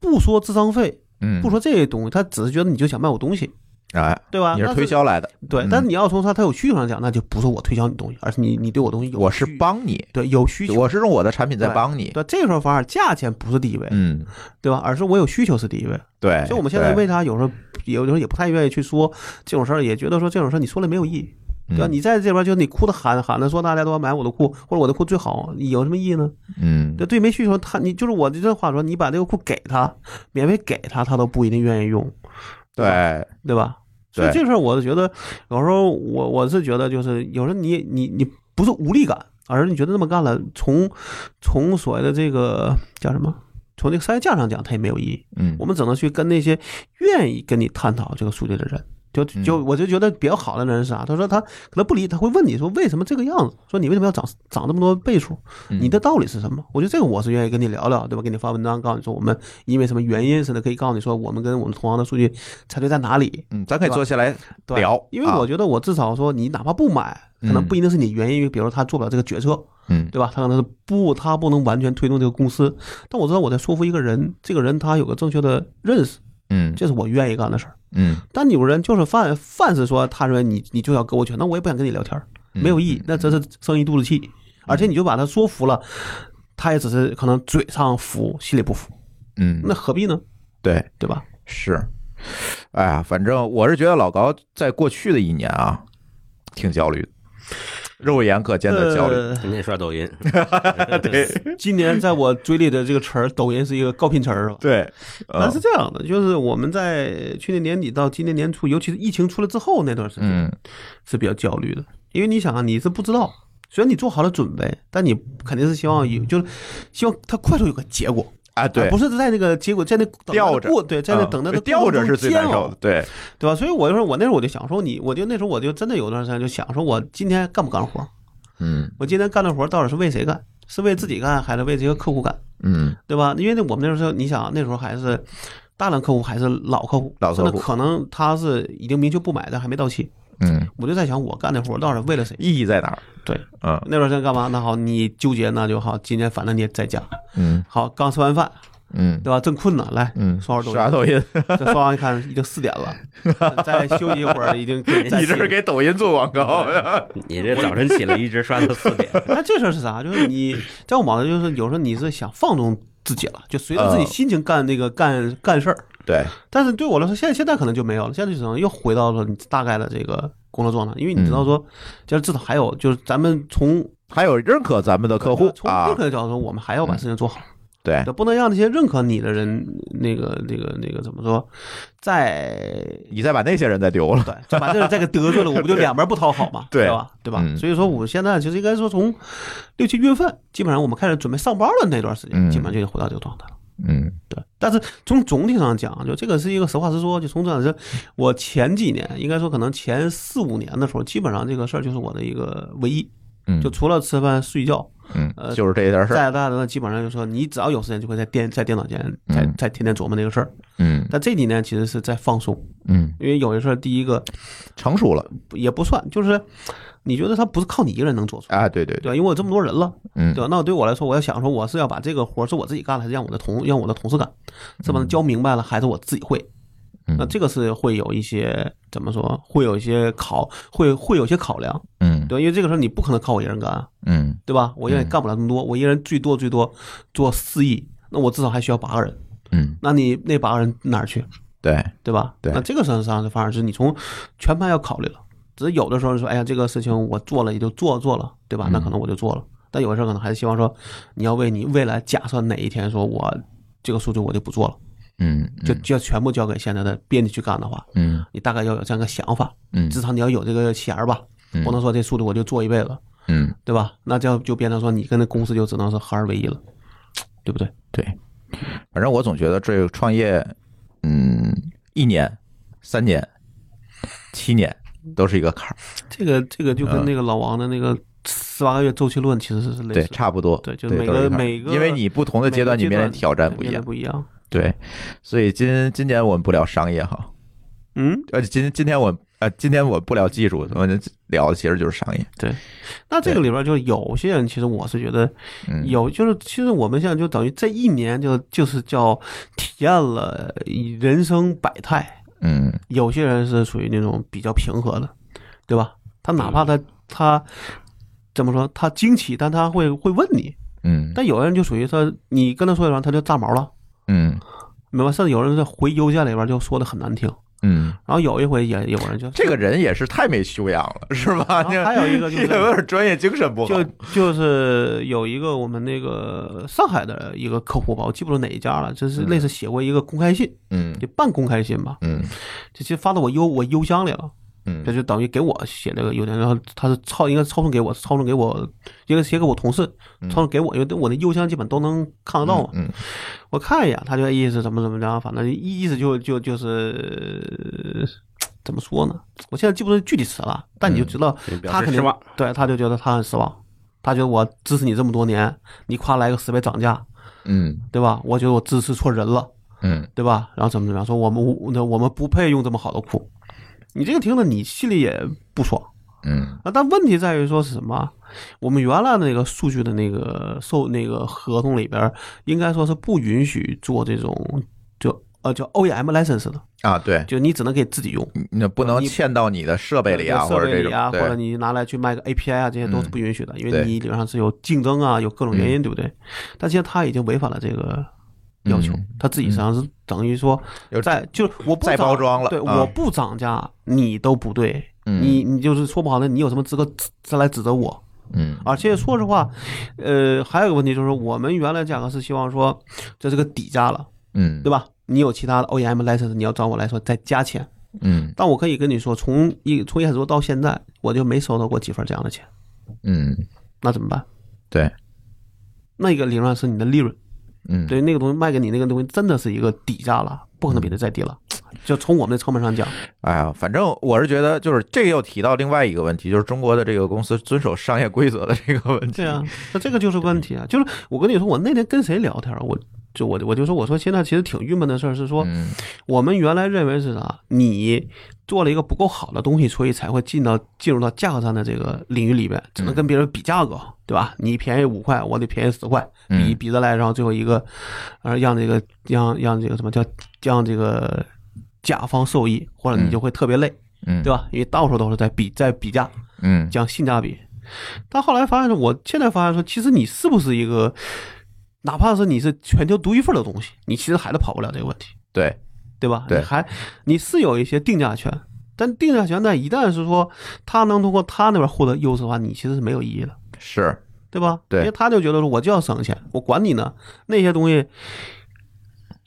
不说智商税，嗯，不说这些东西，他只是觉得你就想卖我东西，哎，对吧？你是那推销来的，对嗯，但你要从他他有需求上讲，那就不是我推销你东西，而是你你对我东西有需，我是帮你，对有需求，我是用我的产品在帮你。对这个时候反而价钱不是第一位，嗯，对吧？而是我有需求是第一位。对。所以我们现在哎对为啥有时候有时候也不太愿意去说这种事儿，也觉得说这种事儿你说了没有意义，对吧？嗯你在这边就是你哭的喊喊的说大家都要买我的裤，或者我的裤最好，有什么意义呢？嗯对，对没需求他你就是我这话说，你把这个裤给他，免费给他，他都不一定愿意用。对对吧？所以对这事儿，我是觉得有时候我我是觉得就是有时候你你你不是无力感，而是你觉得那么干了，从从所谓的这个叫什么，从这个商业价上讲，它也没有意义。嗯我们只能去跟那些愿意跟你探讨这个数据的人。就嗯就我就觉得比较好的人是啥？他说他可能不理，他会问你说为什么这个样子？说你为什么要涨涨这么多倍数？嗯你的道理是什么？我觉得这个我是愿意跟你聊聊，对吧？给你发文章，告诉你说我们因为什么原因似的，可以告诉你说我们跟我们同行的数据差距在哪里。嗯，咱可以坐下来对聊，因为我啊觉得我至少说你哪怕不买，可能嗯不一定是你原因，比如说他做不了这个决策，嗯对吧？他可能是不，他不能完全推动这个公司，但我知道我在说服一个人，这个人他有个正确的认识，嗯这是我愿意干的事儿。嗯但有人就是犯犯是说，他认为你你就要给我钱，那我也不想跟你聊天儿，没嗯有意义，那真是生一肚子气，而且你就把他说服了，他也只是可能嘴上服，心里不服，嗯，那何必呢？对对吧？是，哎呀，反正我是觉得老高在过去的一年啊，挺焦虑的。肉眼可见的焦虑。呃天天刷抖音，今年在我嘴里的这个词儿，抖音是一个高频词儿，是吧？对，那呃是这样的，就是我们在去年年底到今年年初，尤其是疫情出来之后那段时间，嗯，是比较焦虑的，因为你想啊，你是不知道，虽然你做好了准备，但你肯定是希望有，就是希望它快速有个结果，啊，对而，不是在那个结果在那等吊它着过，对，在那嗯等待它吊着是最难受的，，对，对吧？所以我就说，我那时候我就想说你，我就那时候我就真的有段时间就想说，我今天干不干活？嗯我今天干的活到底是为谁干？是为自己干，还是为这个客户干？嗯，对吧？因为那我们那时候，你想那时候还是大量客户，还是老客户，老客户甚至可能他是已经明确不买的，还没到期。嗯，我就在想，我干那活到底为了谁？意义在哪儿？对，嗯那段时间干嘛？那好，你纠结那就好，今天反正你也在家，嗯好，刚吃完饭，嗯对吧？正困呢，来，嗯，刷会儿抖音刷抖音，这刷完一看已经四点了，再休息一会儿已经可以再你这起是给抖音做广告呀？ 你这早晨起来一直刷到四点，那这事儿是啥？就是你在我忙的，就是有时候你是想放纵自己了，就随着自己呃心情干那个干干事儿。 对，但是对我来说，现在现在可能就没有了，现在就可能又回到了你大概的这个工作状态，因为你嗯知道说，就是至少还有就是咱们从还有认可咱们的客户从啊嗯认，可的角度，我们还要把事情做好，对，不能让那些认可你的人那个那个那个怎么说，再你再把那些人再丢了，对，再把这个再给得罪了，我不就两边不讨好嘛， 对吧？对吧？嗯所以说，我现在就是应该说从六七月份，基本上我们开始准备上班了那段时间，嗯基本上就已经回到这个状态了。嗯对，但是从总体上讲，就这个是一个实话实说，就从这样是，我前几年应该说可能前四五年的时候，基本上这个事儿就是我的一个唯一，嗯，就除了吃饭睡觉，嗯呃，就是这一点事儿，再大的基本上就说你只要有时间就会在电在电脑前在嗯在天天琢磨这个事儿。嗯但这几年其实是在放松，嗯，因为有些事儿，第一个成熟了也不算，就是你觉得它不是靠你一个人能做出来，啊，对对对对，吧？因为我这么多人了，嗯对吧？那对我来说，我要想说我是要把这个活儿是我自己干了，还是让我的同让我的同事干，是把它教明白了，还是我自己会？嗯那这个是会有一些怎么说，会有一些考，会会有一些考量，嗯对吧？因为这个事儿你不可能靠我一人干啊，嗯对吧？我一人也干不了那么多，我一人最多最多做四亿，那我至少还需要八个人，嗯，那你那八个人哪儿去？对，对吧？对那这个事儿上反而是你从全盘要考虑了。只是有的时候说，哎呀，这个事情我做了也就做做了，对嗯吧？那可能我就做了。但有的时候可能还是希望说，你要为你未来假设哪一天说我这个数据我就不做了，嗯就就要全部交给现在的编辑去干的话，嗯你大概要有这样一个想法，嗯至少你要有这个弦儿吧，嗯不能说这数据我就做一辈子，嗯，对吧？那这样就变成说你跟那公司就只能是合二为一了，对不对？对，反正我总觉得这个创业，嗯，一年、三年、七年都是一个坎儿，这个这个就嗯跟那个老王的那个十八个月周期论其实是类似对，的。差不多，对就每对，个都是一个坎儿每个因为你不同的阶段，你面临挑战不一面样临，不一样。对，所以今今年我们不聊商业哈，嗯，而且今今天我呃，今天我不聊技术，我们聊的其实就是商业，那这个里边就有些人，其实我是觉得嗯，有，就是其实我们现在就等于这一年就就是叫体验了人生百态。嗯有些人是属于那种比较平和的，对吧？他哪怕他他怎么说，他惊奇，但他会会问你。嗯但有的人就属于他，你跟他说一番，他就炸毛了，嗯明白？甚至有人在回邮件里边就说的很难听。嗯，然后有一回也有人就这个人也是太没修养了，是吧？然后还有 一个就是有点专业精神不好，就就是有一个我们那个上海的一个客户吧，我记不住哪一家了，就是类似写过一个公开信，嗯就半公开信吧，嗯就其实发到我邮我邮箱里了，嗯这就等于给我写这个邮件，然后他是抄应该是抄送给我，抄送给我，应该写给我同事，抄送给我，因为我的邮箱基本都能看得到嘛，嗯我看一眼，他就意思怎么怎么着，反正意意思就就就是。怎么说呢？我现在记不住具体词了，但你就知道嗯表他示肯失定望。对，他就觉得他很失望，他觉得我支持你这么多年，你夸来个十倍涨价，嗯对吧？我觉得我支持错人了，嗯对吧？然后怎么怎么样，说我们我那我们不配用这么好的库，你这个听了你心里也不爽。嗯啊那但问题在于说是什么？我们原来的那个数据的那个售那个合同里边儿，应该说是不允许做这种就呃叫 OEM license 的，啊，对，就你只能给自己用。那不能你嵌到你的设备里啊，设或者备这里啊，种，或者对，嗯你拿来去卖个 API 啊，这些都是不允许的，因为对嗯你理论上是有竞争啊，有各种原因，对不对？但现在他已经违反了这个要求嗯，他自己实际上是等于说有在就是我不再涨包装了对，啊我不涨价你都不对，嗯你你就是说不好的，你有什么资格指再来指责我？嗯而且啊说实话，呃，还有一个问题就是，我们原来价格是希望说这是个底价了，嗯，对吧？你有其他的 OEM license，你要找我来说再加钱，嗯但我可以跟你说，从一从一开始做到现在，我就没收到过几份这样的钱，嗯，那怎么办？对，那个理论上是你的利润，嗯对，那个东西卖给你那个东西真的是一个底价了，不可能比嗯这再低了。就从我们的成本上讲，哎呀，反正我是觉得，就是这又提到另外一个问题，就是中国的这个公司遵守商业规则的这个问题。对啊，那这个就是问题啊。就是我跟你说，我那天跟谁聊天儿，我就我我就说，我说现在其实挺郁闷的事儿是说，嗯我们原来认为是啥，你做了一个不够好的东西，所以才会进到进入到价格战的这个领域里边，只能跟嗯别人比价格，对吧？你便宜五块，我得便宜十块，比嗯比得来，然后最后一个，呃，让这个让让这个什么叫让这个甲方受益，或者你就会特别累，嗯，对吧？因为到处都是在比在比价，嗯讲性价比。但后来发现，我现在发现说，其实你是不是一个，哪怕是你是全球独一份的东西，你其实还是跑不了这个问题，对，对吧？对你还你是有一些定价权，但定价权呢，一旦是说他能通过他那边获得优势的话，你其实是没有意义的，是，对吧？对因为他就觉得说我就要省钱，我管你呢，那些东西。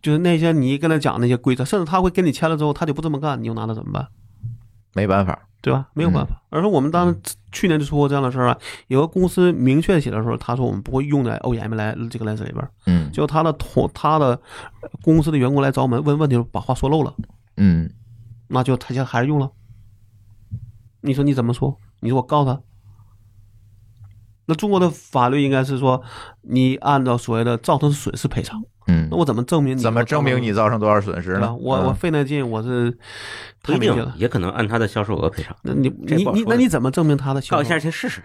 就是那些你跟他讲那些规则，甚至他会跟你签了之后，他就不这么干，你又拿他怎么办？没办法。对吧？没有办法。而且我们当时去年就出过这样的事儿啊，有个公司明确写的时候，他说我们不会用在 OEM 来这个 lens 里边儿。嗯结果他的同他的呃公司的员工来找我们问问题，把话说漏了，嗯那就他现在还是用了。你说你怎么说？你说我告他。那中国的法律应该是说，你按照所谓的造成损失赔偿。嗯那，我怎么证明你？怎么证明？你造成多少损失对呢？吧？嗯我我费那劲，我是不太一明定确了。也可能按他的销售额赔偿，那你这你不好你说那的你怎么证明他的消告一费下先试试。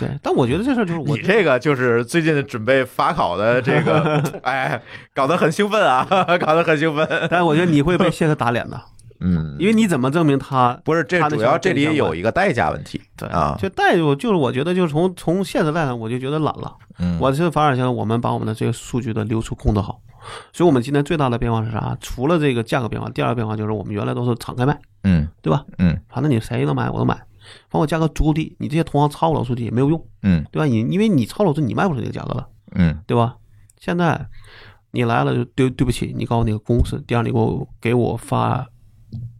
对，但我觉得这事儿就是嗯我你这个就是最近准备法考的这 个，哎，搞得很兴奋啊，搞得很兴奋。但我觉得你会被现实打脸的， 嗯，因为你怎么证明他不是，这他的主要想法这跟里你相有反一个代价问题对啊。就带入，就是我觉得就是从从现实来讲，我就觉得懒了。嗯我是反而觉得我们把我们的这个数据的流出控制好，所以我们今天最大的变化是啥？除了这个价格变化，第二个变化就是我们原来都是敞开卖，嗯对吧？嗯，反正你谁能买我都买，反正我价格足够低，你这些同行抄我老数据也没有用，嗯对吧？你因为你抄老数据你卖不出这个价格了，嗯对吧？现在你来了就对对不起，你告诉你个公式，第二你给我给我发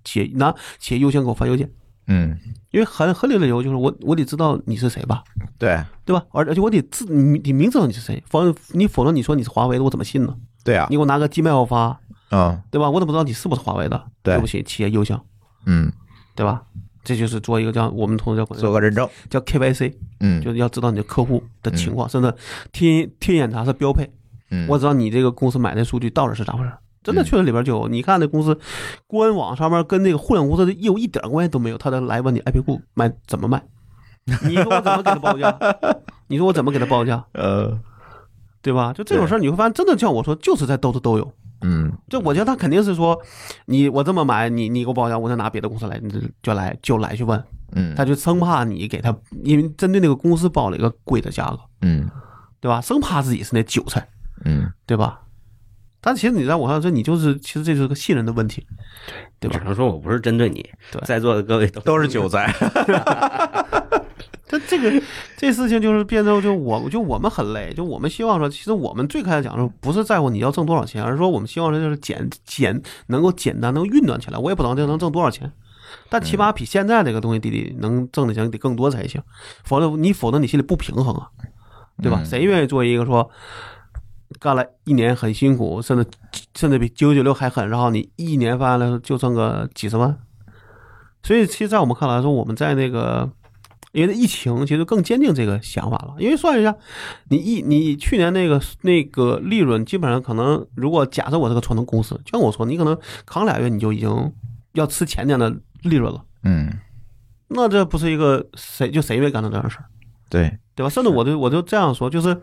且拿且优先给我发邮件，嗯，因为很合理的理由就是我我得知道你是谁吧，对对吧？而而且我得知你你明知道你是谁，否你否则你说你是华为的，我怎么信呢？对啊你，给我拿个 Gmail 发，嗯对吧？我怎么知道你是不是华为的？对对不起，企业邮箱，嗯，对吧？这就是做一个叫我们同事做叫个认证，叫 KYC，嗯就是要知道你的客户的情况，甚至天天眼查是标配。嗯，我知道你这个公司买的数据到底是咋回事儿。真的，确实里边就有。你看那公司官网上面跟这个互联网公司的业务一点关系都没有，他再来问你 IP 库卖怎么卖，你说我怎么给他报价？ 你说我怎么给他报价，呃对吧？就这种事儿，你会发现真的像我说，就是在兜着都有。嗯这我觉得他肯定是说，你我这么买，你你给我报价，我再拿别的公司来就来就来去问，嗯，他就生怕你给他，因为针对那个公司报了一个贵的价格，嗯对吧？生怕自己是那韭菜。嗯对吧？但其实你在网上说，你就是其实这就是个信任的问题，对只吧？能说我不是针对你对，在座的各位都都是韭菜，但这个这事情就是变成就我就我们很累，就我们希望说，其实我们最开始讲说不是在乎你要挣多少钱，而是说我们希望说就是简简能够简单能运转起来。我也不知道这能挣多少钱，但起码比现在这个东西得得能挣的钱得更多才行，否则你否则你心里不平衡啊，对吧？嗯谁愿意做一个说干了一年很辛苦，甚至甚至比九九六还狠，然后你一年发了就挣个几十万？所以，其实，在我们看来说，我们在那个因为疫情，其实更坚定这个想法了。因为算一下，你一你去年那个那个利润，基本上可能，如果假设我是个传统公司，就像我说，你可能扛俩月你就已经要吃前年的利润了，嗯，那这不是一个谁就谁愿意干到这样的事儿？对，对吧？甚至我就我就这样说，就是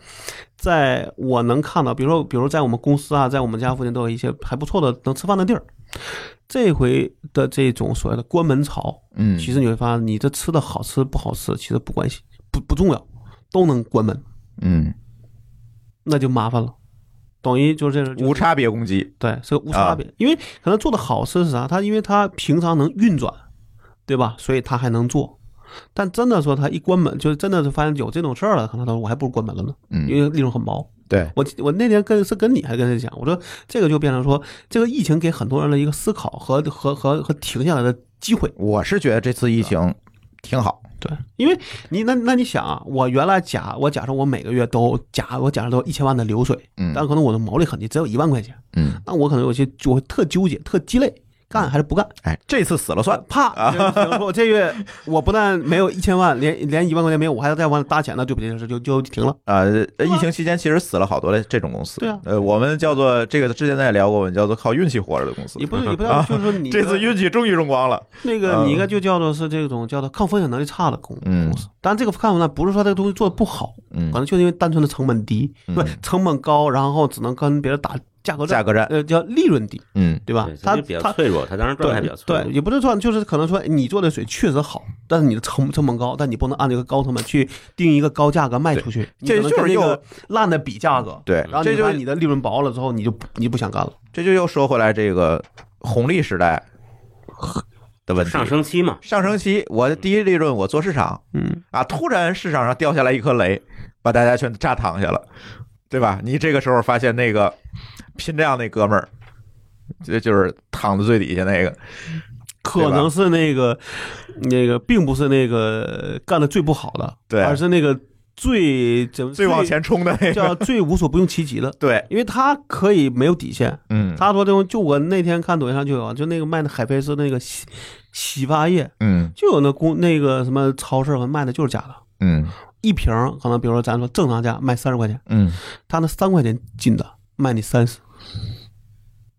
在我能看到，比如说，比如在我们公司啊，在我们家附近都有一些还不错的能吃饭的地儿。这回的这种所谓的关门潮，嗯，其实你会发现，你这吃的好吃不好吃，其实不关系，不不重要，都能关门，嗯，那就麻烦了。等于就是这种无差别攻击，对，是个无差别，因为可能做的好吃是啥？它因为它平常能运转，对吧？所以他还能做。但真的说他一关门，就是真的是发现有这种事儿了，可能他说我还不如关门了呢，因嗯，为利润很薄。对，我我那天跟是跟你还跟谁讲，我说这个就变成说，这个疫情给很多人的一个思考和和和和停下来的机会。我是觉得这次疫情挺好，对，因为你那那你想啊，我原来假我假设我每个月都假我假设都一千万的流水，嗯但可能我的毛利很低，只有一万块钱，嗯，那我可能有些就会特纠结、特鸡肋，干还是不干？哎，这次死了算， 啪，就比如说我这月我不但没有一千万，连连一万块钱没有，我还要再往里搭钱呢，对不起，这事就就停了。呃，吗疫情期间其实死了好多的这种公司。啊对啊呃，我们叫做这个之前咱也聊过，我们叫做靠运气活着的公司也。不是也不要，就是说 你啊这次运气终于用光了。那个你应该就叫做是这种叫做抗风险能力差的公嗯公司。但这个抗风险不是说这个东西做的不好，嗯可，能就是因为单纯的成本低，嗯对，成本高，然后只能跟别人打价格战价，格战。呃，叫利润低，嗯对吧对，？他就比较他脆弱，他当然状态比较对脆弱。对，也不是说就是可能说你做的水确实好，但是你的成成本高，但你不能按这个高成本去定一个高价格卖出去，你这可能就是跟又那个烂的比价嗯格，对然后，这你把就你的利润薄了之后，你就不你就不想干了。这就又说回来这个红利时代的问题。上升期嘛，上升期，我的第一利润我做市场嗯，啊，突然市场上掉下来一颗雷，把大家全炸躺下了，对吧？你这个时候发现那个拼这样那哥们儿，这就是躺在最底下那个，可能是那个那个，并不是那个干的最不好的，对而是那个最怎么最往前冲的那最叫个。最啊无所不用其极的。对，因为他可以没有底线，嗯，他说这种就我那天看抖音上就有啊，就那个卖的海飞丝那个洗洗发液，嗯就有那公那个什么超市和卖的就是假的，嗯一瓶儿可能比如说咱说正常价卖三十块钱，嗯，他那三块钱进的卖你三十，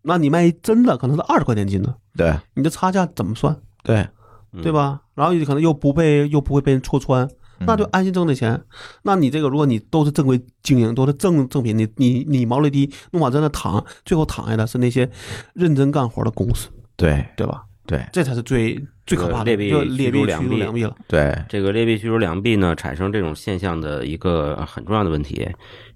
那你卖一真的可能是二十块钱进的，对你这差价怎么算，对，嗯对？吧？然后你可能又不被又不会被人戳穿，嗯那就安心挣这钱。那你这个如果你都是正规经营，都是正正品，你你你毛利低，弄往在那躺，最后躺下的是那些认真干活的公司，对对吧？对这才是最最可怕的，嗯劣币就劣驱币驱逐良逐币良币了。对，这个劣币驱逐良币呢，产生这种现象的一个呃很重要的问题，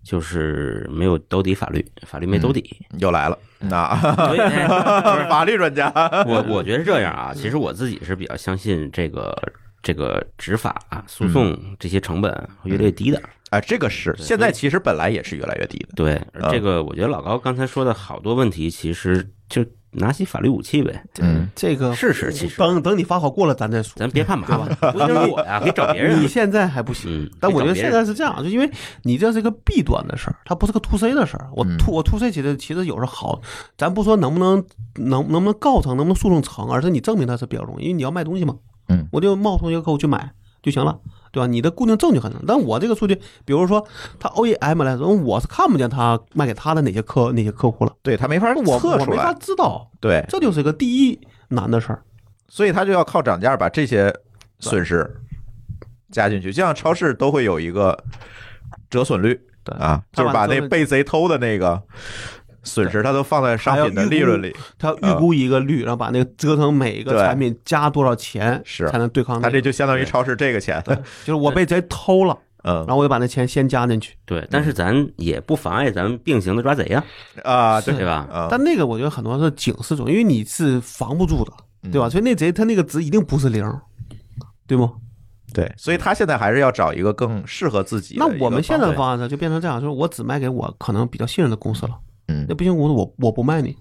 就是没有兜底法律，法嗯律 没兜底。又来了，那所以， 哎法律专家，我我觉得是这样啊，其实我自己是比较相信这个这个执法、啊嗯诉讼这些成本会越来越低的。啊，这个是现在其实本来也是越来越低的，对，而嗯这个我觉得老高刚才说的好多问题，其实就拿起法律武器呗，嗯，这个试试其实等等你发好过了，咱再说。咱别怕麻烦，不一定是我 呀，可以找别人啊你。现在还不行，嗯，但我觉得可以找别现在人是这样，就因为你这是一个弊端的事儿，它不是个 to C 的事儿。我嗯 to 我 to C 其实其实有时候好，咱不说能不能能能不能告成，能不能诉讼成，而是你证明它是比较容易，因为你要卖东西嘛。嗯，我就冒充一个客户去买就行了，对吧？你的固定证据很难，但我这个数据，比如说他哦哎 OEM 来说，我是看不见他卖给他的哪些客哪些客户了，对他没法我测我出没法来，知道，对，这就是一个第一难的事儿。所以他就要靠涨价把这些损失加进去，就像超市都会有一个折损率对啊，就是把那被贼偷的那个损失，他都放在商品的利润里，他要预估一个率，然后把那个折腾每一个对产品加多少钱，是才能对抗那他个。这就相当于超市这个钱，就是我被贼偷了， 嗯然后我就把那钱先加进去。对，但是咱也不妨碍咱们并行的抓贼呀，啊，对对吧？啊，但那个我觉得很多是警示种，因为你是防不住的，嗯对吧？所以那贼他那个值一定不是零，对吗？对，所以他现在还是要找一个更适合自己的那一个我们现在方的法方案呢，就变成这样，就是我只卖给我可能比较信任的公司了。嗯那不行公司我我不卖你，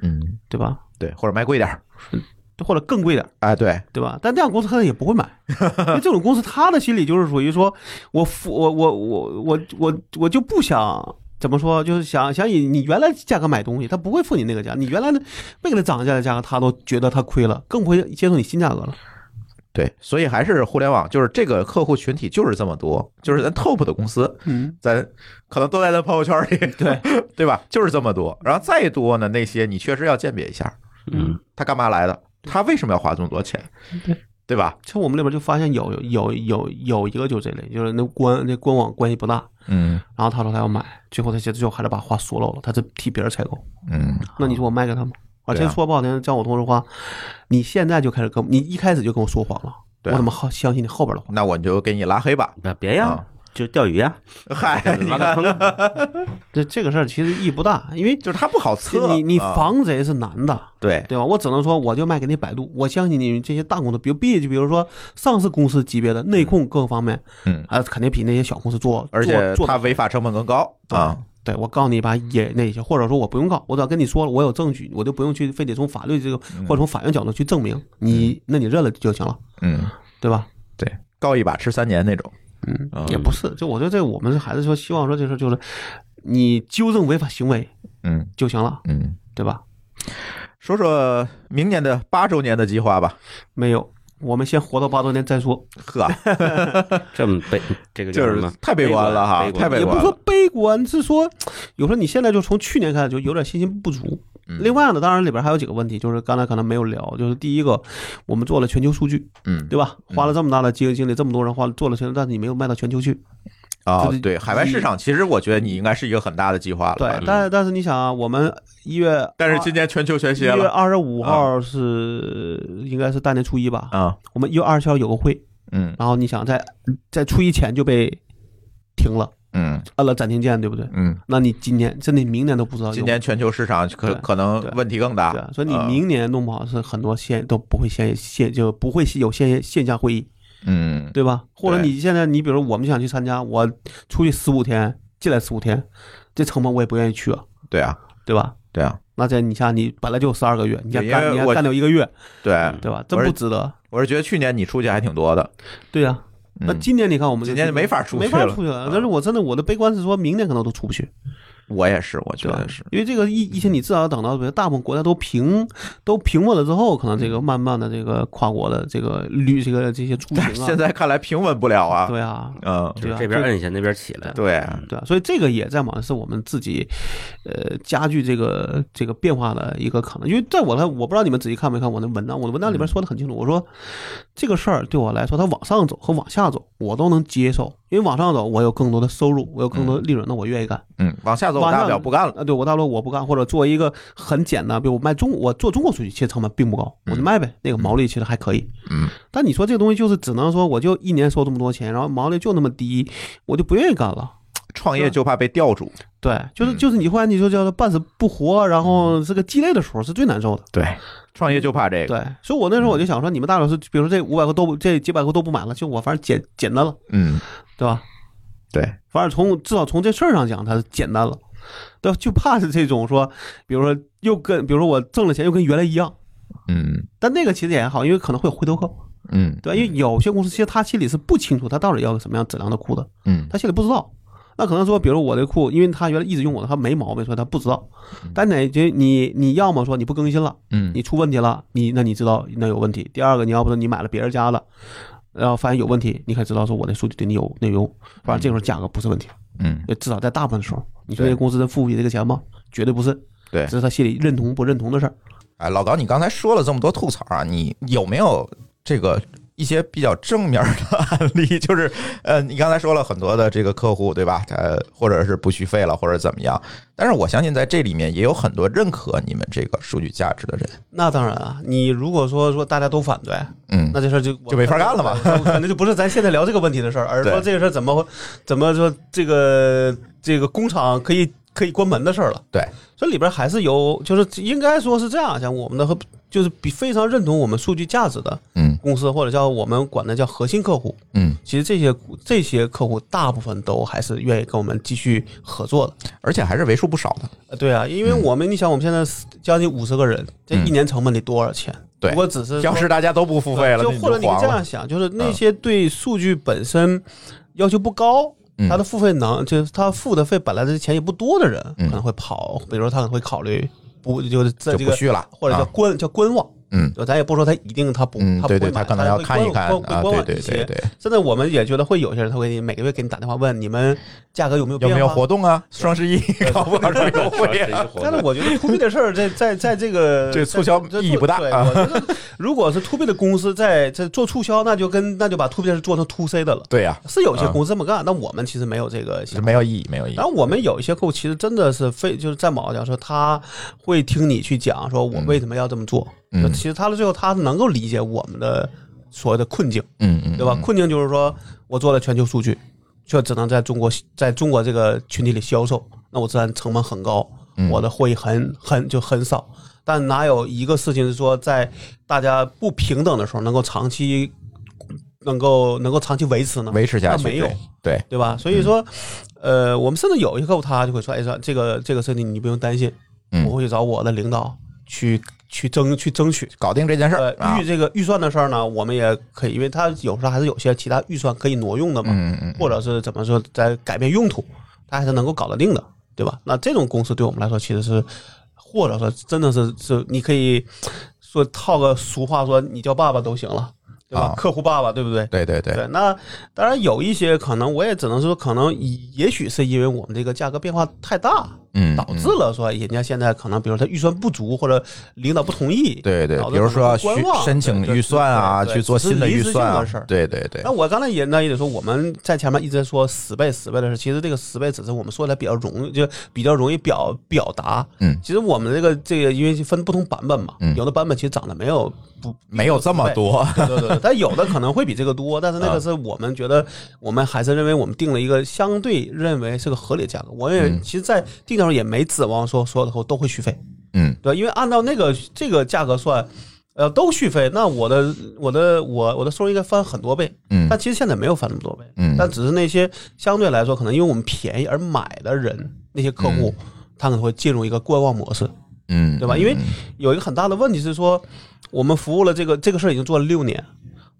嗯，对吧？对，或者卖贵点儿，或者更贵点，哎，对，对吧？但这样公司可能也不会买，因为这种公司他的心理就是属于说，我付我我我我我我就不想怎么说，就是想想以你原来价格买东西，他不会付你那个价，你原来的没给他涨价的价格，他都觉得他亏了，更不会接受你新价格了。对，所以还是互联网，就是这个客户群体就是这么多，就是咱 top 的公司，嗯，咱可能都在咱朋友圈 里，对 对吧？就是这么多，然后再多呢，那些你确实要鉴别一下，嗯，他干嘛来的，他为什么要花这么多钱，对对吧？像我们那边就发现有有有有一个就这类，就是那官那官网关系不大，嗯然后他说他要买，最后他其实最后还是把话说漏了，他是替别人采购。嗯，那你说我卖给他吗？我对啊先说不好听，照我同事话，你现在就开始跟你一开始就跟我说谎了，对啊我怎么好相信你后边的话？那我就给你拉黑吧，哎那别呀啊，就钓鱼啊，嗨，你挖个看，坑啊，这这个事儿其实意义不大，因为就是它不好测。你你啊防贼是难的，对对吧？我只能说，我就卖给你百度，我相信你这些大公司，比如 B 就比如说上市公司级别的内控各方面，嗯啊，肯定比那些小公司做，而且做做它得违法成本更高啊。对我告你一把也那些，或者说我不用告，我只要跟你说了，我有证据，我就不用去非得从法律这个嗯或者从法院角度去证明你，那你认了就行了，嗯，对吧？对，高一把吃三年那种。嗯啊，也不是，就我觉得这个我们还是说希望说这事儿就是你纠正违法行为嗯就行了，嗯，对吧？说说明年的八周年的计划吧。没有，我们先活到八周年再说， 呵，这么悲，这个叫就什是么？太悲观了哈，悲太观悲也不观是说了。悲观，是说有时候你现在就从去年开始就有点信心不足。嗯另，外呢，当然里边还有几个问题，就是刚才可能没有聊，就是第一个，我们做了全球数据，嗯，对吧？花了这么大的经营精力，这么多人花了做了全球，但是你没有卖到全球去。啊就是，对，海外市一场其实我觉得你应该是一个很大的计划了吧。对，啊但但是你想啊，我们一月，但是今年全球全一歇月了二十五号是、应该是大年初一吧？啊，我们一月二十七号有个会，嗯然后你想在在初一前就被停了，嗯按了暂停键，对不对？嗯，那你今年甚至明年都不啊知道有，今年全球市场可对可能对问题更大对啊，，所以你啊明年弄不好是很多线都不会线线就不会有线线下会议，嗯对吧？或者对你现在你比如我们想去参加，我出去十五天，进来十五天，这成本我也不愿意去啊，对啊对吧？对啊那这你像你本来就十二个月，你再对因为干你我还干掉一个月，对，对吧？这我是不值得。我是觉得去年你出去还挺多的，对呀、啊那嗯今年你看我们就今年就没法出没去法了出去了啊。但是我真的我的悲观是说明年可能都出不去，我也是，我觉对吧得是？，因为这个疫疫情你至少要等到比如大部分国家都平都平稳了之后，可能这嗯个慢慢的这个跨国的这个旅这个这些出行但啊，是现在看来平稳不了啊，对啊，嗯，就是对啊这边就摁一下，那边起来。嗯对，对啊，所以这个也在忙，是我们自己，呃，加剧这个这个变化的一个可能。因为在我看，我不知道你们仔细看没看我的文章，我的嗯文章里边说的很清楚，我说这个事儿对我来说，它往上走和往下走我都能接受，因为往上走我有更多的收入，我有更多的利润，那我愿意干。嗯，往下走我往大不上了不干了，啊，对我大陆我不干，或者做一个很简单，比如我卖中，我做中国数据，其实成本并不高，我就卖呗，那个毛利其实还可以。嗯，但你说这个东西就是只能说我就一年收这么多钱，然后毛利就那么低，我就不愿意干了。创业就怕被吊住，对，就是嗯就是你忽然你就叫他半死不活，然后这个鸡肋的时候是最难受的。对，创业就怕这个，对，所以我那嗯时候我就想说，你们大老师，比如说这五百个都不这几百个都不买了，就我反正简简单了，嗯，对吧？对，反正从至少从这事儿上讲，它是简单了。对吧，就怕是这种说，比如说又跟，比如说我挣了钱又跟原来一样，嗯但那个其实也还好，因为可能会有回头客，嗯，对吧？因为有些公司其实他心里是不清楚他到底要个什么样质量的裤的，嗯他心里不知道。那可能说，比如我这裤，因为他原来一直用我的，他没毛病，所以他不知道。但哪就你你要么说你不更新了，嗯你出问题了，你那你知道那有问题。第二个，你要不是你买了别人家的，然后发现有问题，你可以知道说我的数据对你有内容，反正这个时候价格不是问题，嗯，就至少在大部分时候，你说对这公司能付不起这个钱吗？绝对不是，对这是他心里认同不认同的事儿。哎，老高，你刚才说了这么多吐槽啊，你有没有这个一些比较正面的案例？ 就是呃，你刚才说了很多的这个客户，对吧？呃，或者是不续费了，或者怎么样？但是我相信在这里面也有很多认可你们这个数据价值的人，那当然啊，你如果说说大家都反对，嗯，那这事儿就就没法干了嘛。 那就不是咱现在聊这个问题的事儿，而是说对这个事儿怎么怎么说这个这个工厂可以可以关门的事儿了。对，这里边还是有，就是应该说是这样，像我们的和就是比非常认同我们数据价值的嗯公司，或者叫我们管的叫核心客户，嗯，其实这些这些客户大部分都还是愿意跟我们继续合作的。而且还是为数不少的。呃对啊，因为嗯我们、你想，我们现在将近五十个人，这一年成本得多少钱？对如果只是说要是大家都不付费了，就那或者你黄这了嗯样。想，就是那些对数据本身要求不高，嗯他的付费能就是他付的费本来这钱也不多的人，嗯可能会跑，比如说他可能会考虑不就是在就这不个续了，或者叫啊观叫观望。嗯就咱也不说他一定他不，嗯，他不对会对，买他可能要看一看会观啊，观对望对一对些。对，甚至我们也觉得会有些人他会给你每个月给你打电话问你们价格有没有有变化，没有活动啊？双十一 搞不搞什么 优惠是一啊？个活但动是我觉得 to B 的事儿，在在在这个 这促销在意义不大对，啊我觉 得如果是 to B 的公司在在做促销，那就跟那就把 to B 的事做成 to C 的了。对呀，啊是有些公司这么干，但我们其实没有这个是想法。没有意义，没有意义然。后我们有一些客户其实真的是非就是在某讲说他会听你去讲说我为什么要这么做，嗯就其实他的最后他能够理解我们的所谓的困境，嗯嗯，对吧？困境就是说我做了全球数据，却只能在中国在中国这个群体里销售，那我自然成本很高，嗯我的获益很很就很少。但哪有一个事情是说在大家不平等的时候能够长期能够能够长期维持呢？维持嗯下去，那没有对对，对吧？所以说，呃，我们甚至有一个客户他就会说，哎，说这个这个事情你不用担心，嗯我会去找我的领导去去争去争取。搞定这件事呃儿，啊预，这个预算的事儿呢，我们也可以，因为它有时候还是有些其他预算可以挪用的嘛，嗯嗯或者是怎么说，在改变用途，它还是能够搞得定的，对吧？那这种公司对我们来说，其实是或者说真的是是，你可以说套个俗话说，你叫爸爸都行了，对吧？啊客户爸爸，对不对？对对对，对，那当然有一些可能，我也只能说，可能也许是因为我们这个价格变化太大，嗯，导致了说人家现在可能，比如说他预算不足，或者领导不同意，对对导，致比如可能会说观需望申请预算啊，去做新的预算对对对对只是临时性啊，的事儿对对对那，我刚才也那也得说，我们在前面一直在说十倍十倍的事，其实这个十倍只是我们说的比较容易，就比较容易表表达。嗯其实我们这个这个因为分不同版本嘛，嗯有的版本其实涨得没有不没有这么多，对对对，但有的可能会比这个多，但是啊那个是我们觉得，我们还是认为我们定了一个相对认为是个合理的价格。我也其实，在定价时候也没指望说所有的客户都会续费，嗯对吧，因为按照那个这个价格算，呃，都续费，那我的我的我我的收入应该翻很多倍，嗯但其实现在没有翻那么多倍，嗯但只是那些相对来说，可能因为我们便宜而买的人，那些客户，他可能会进入一个观望模式，嗯，对吧？因为有一个很大的问题是说，我们服务了这个这个事儿已经做了六年，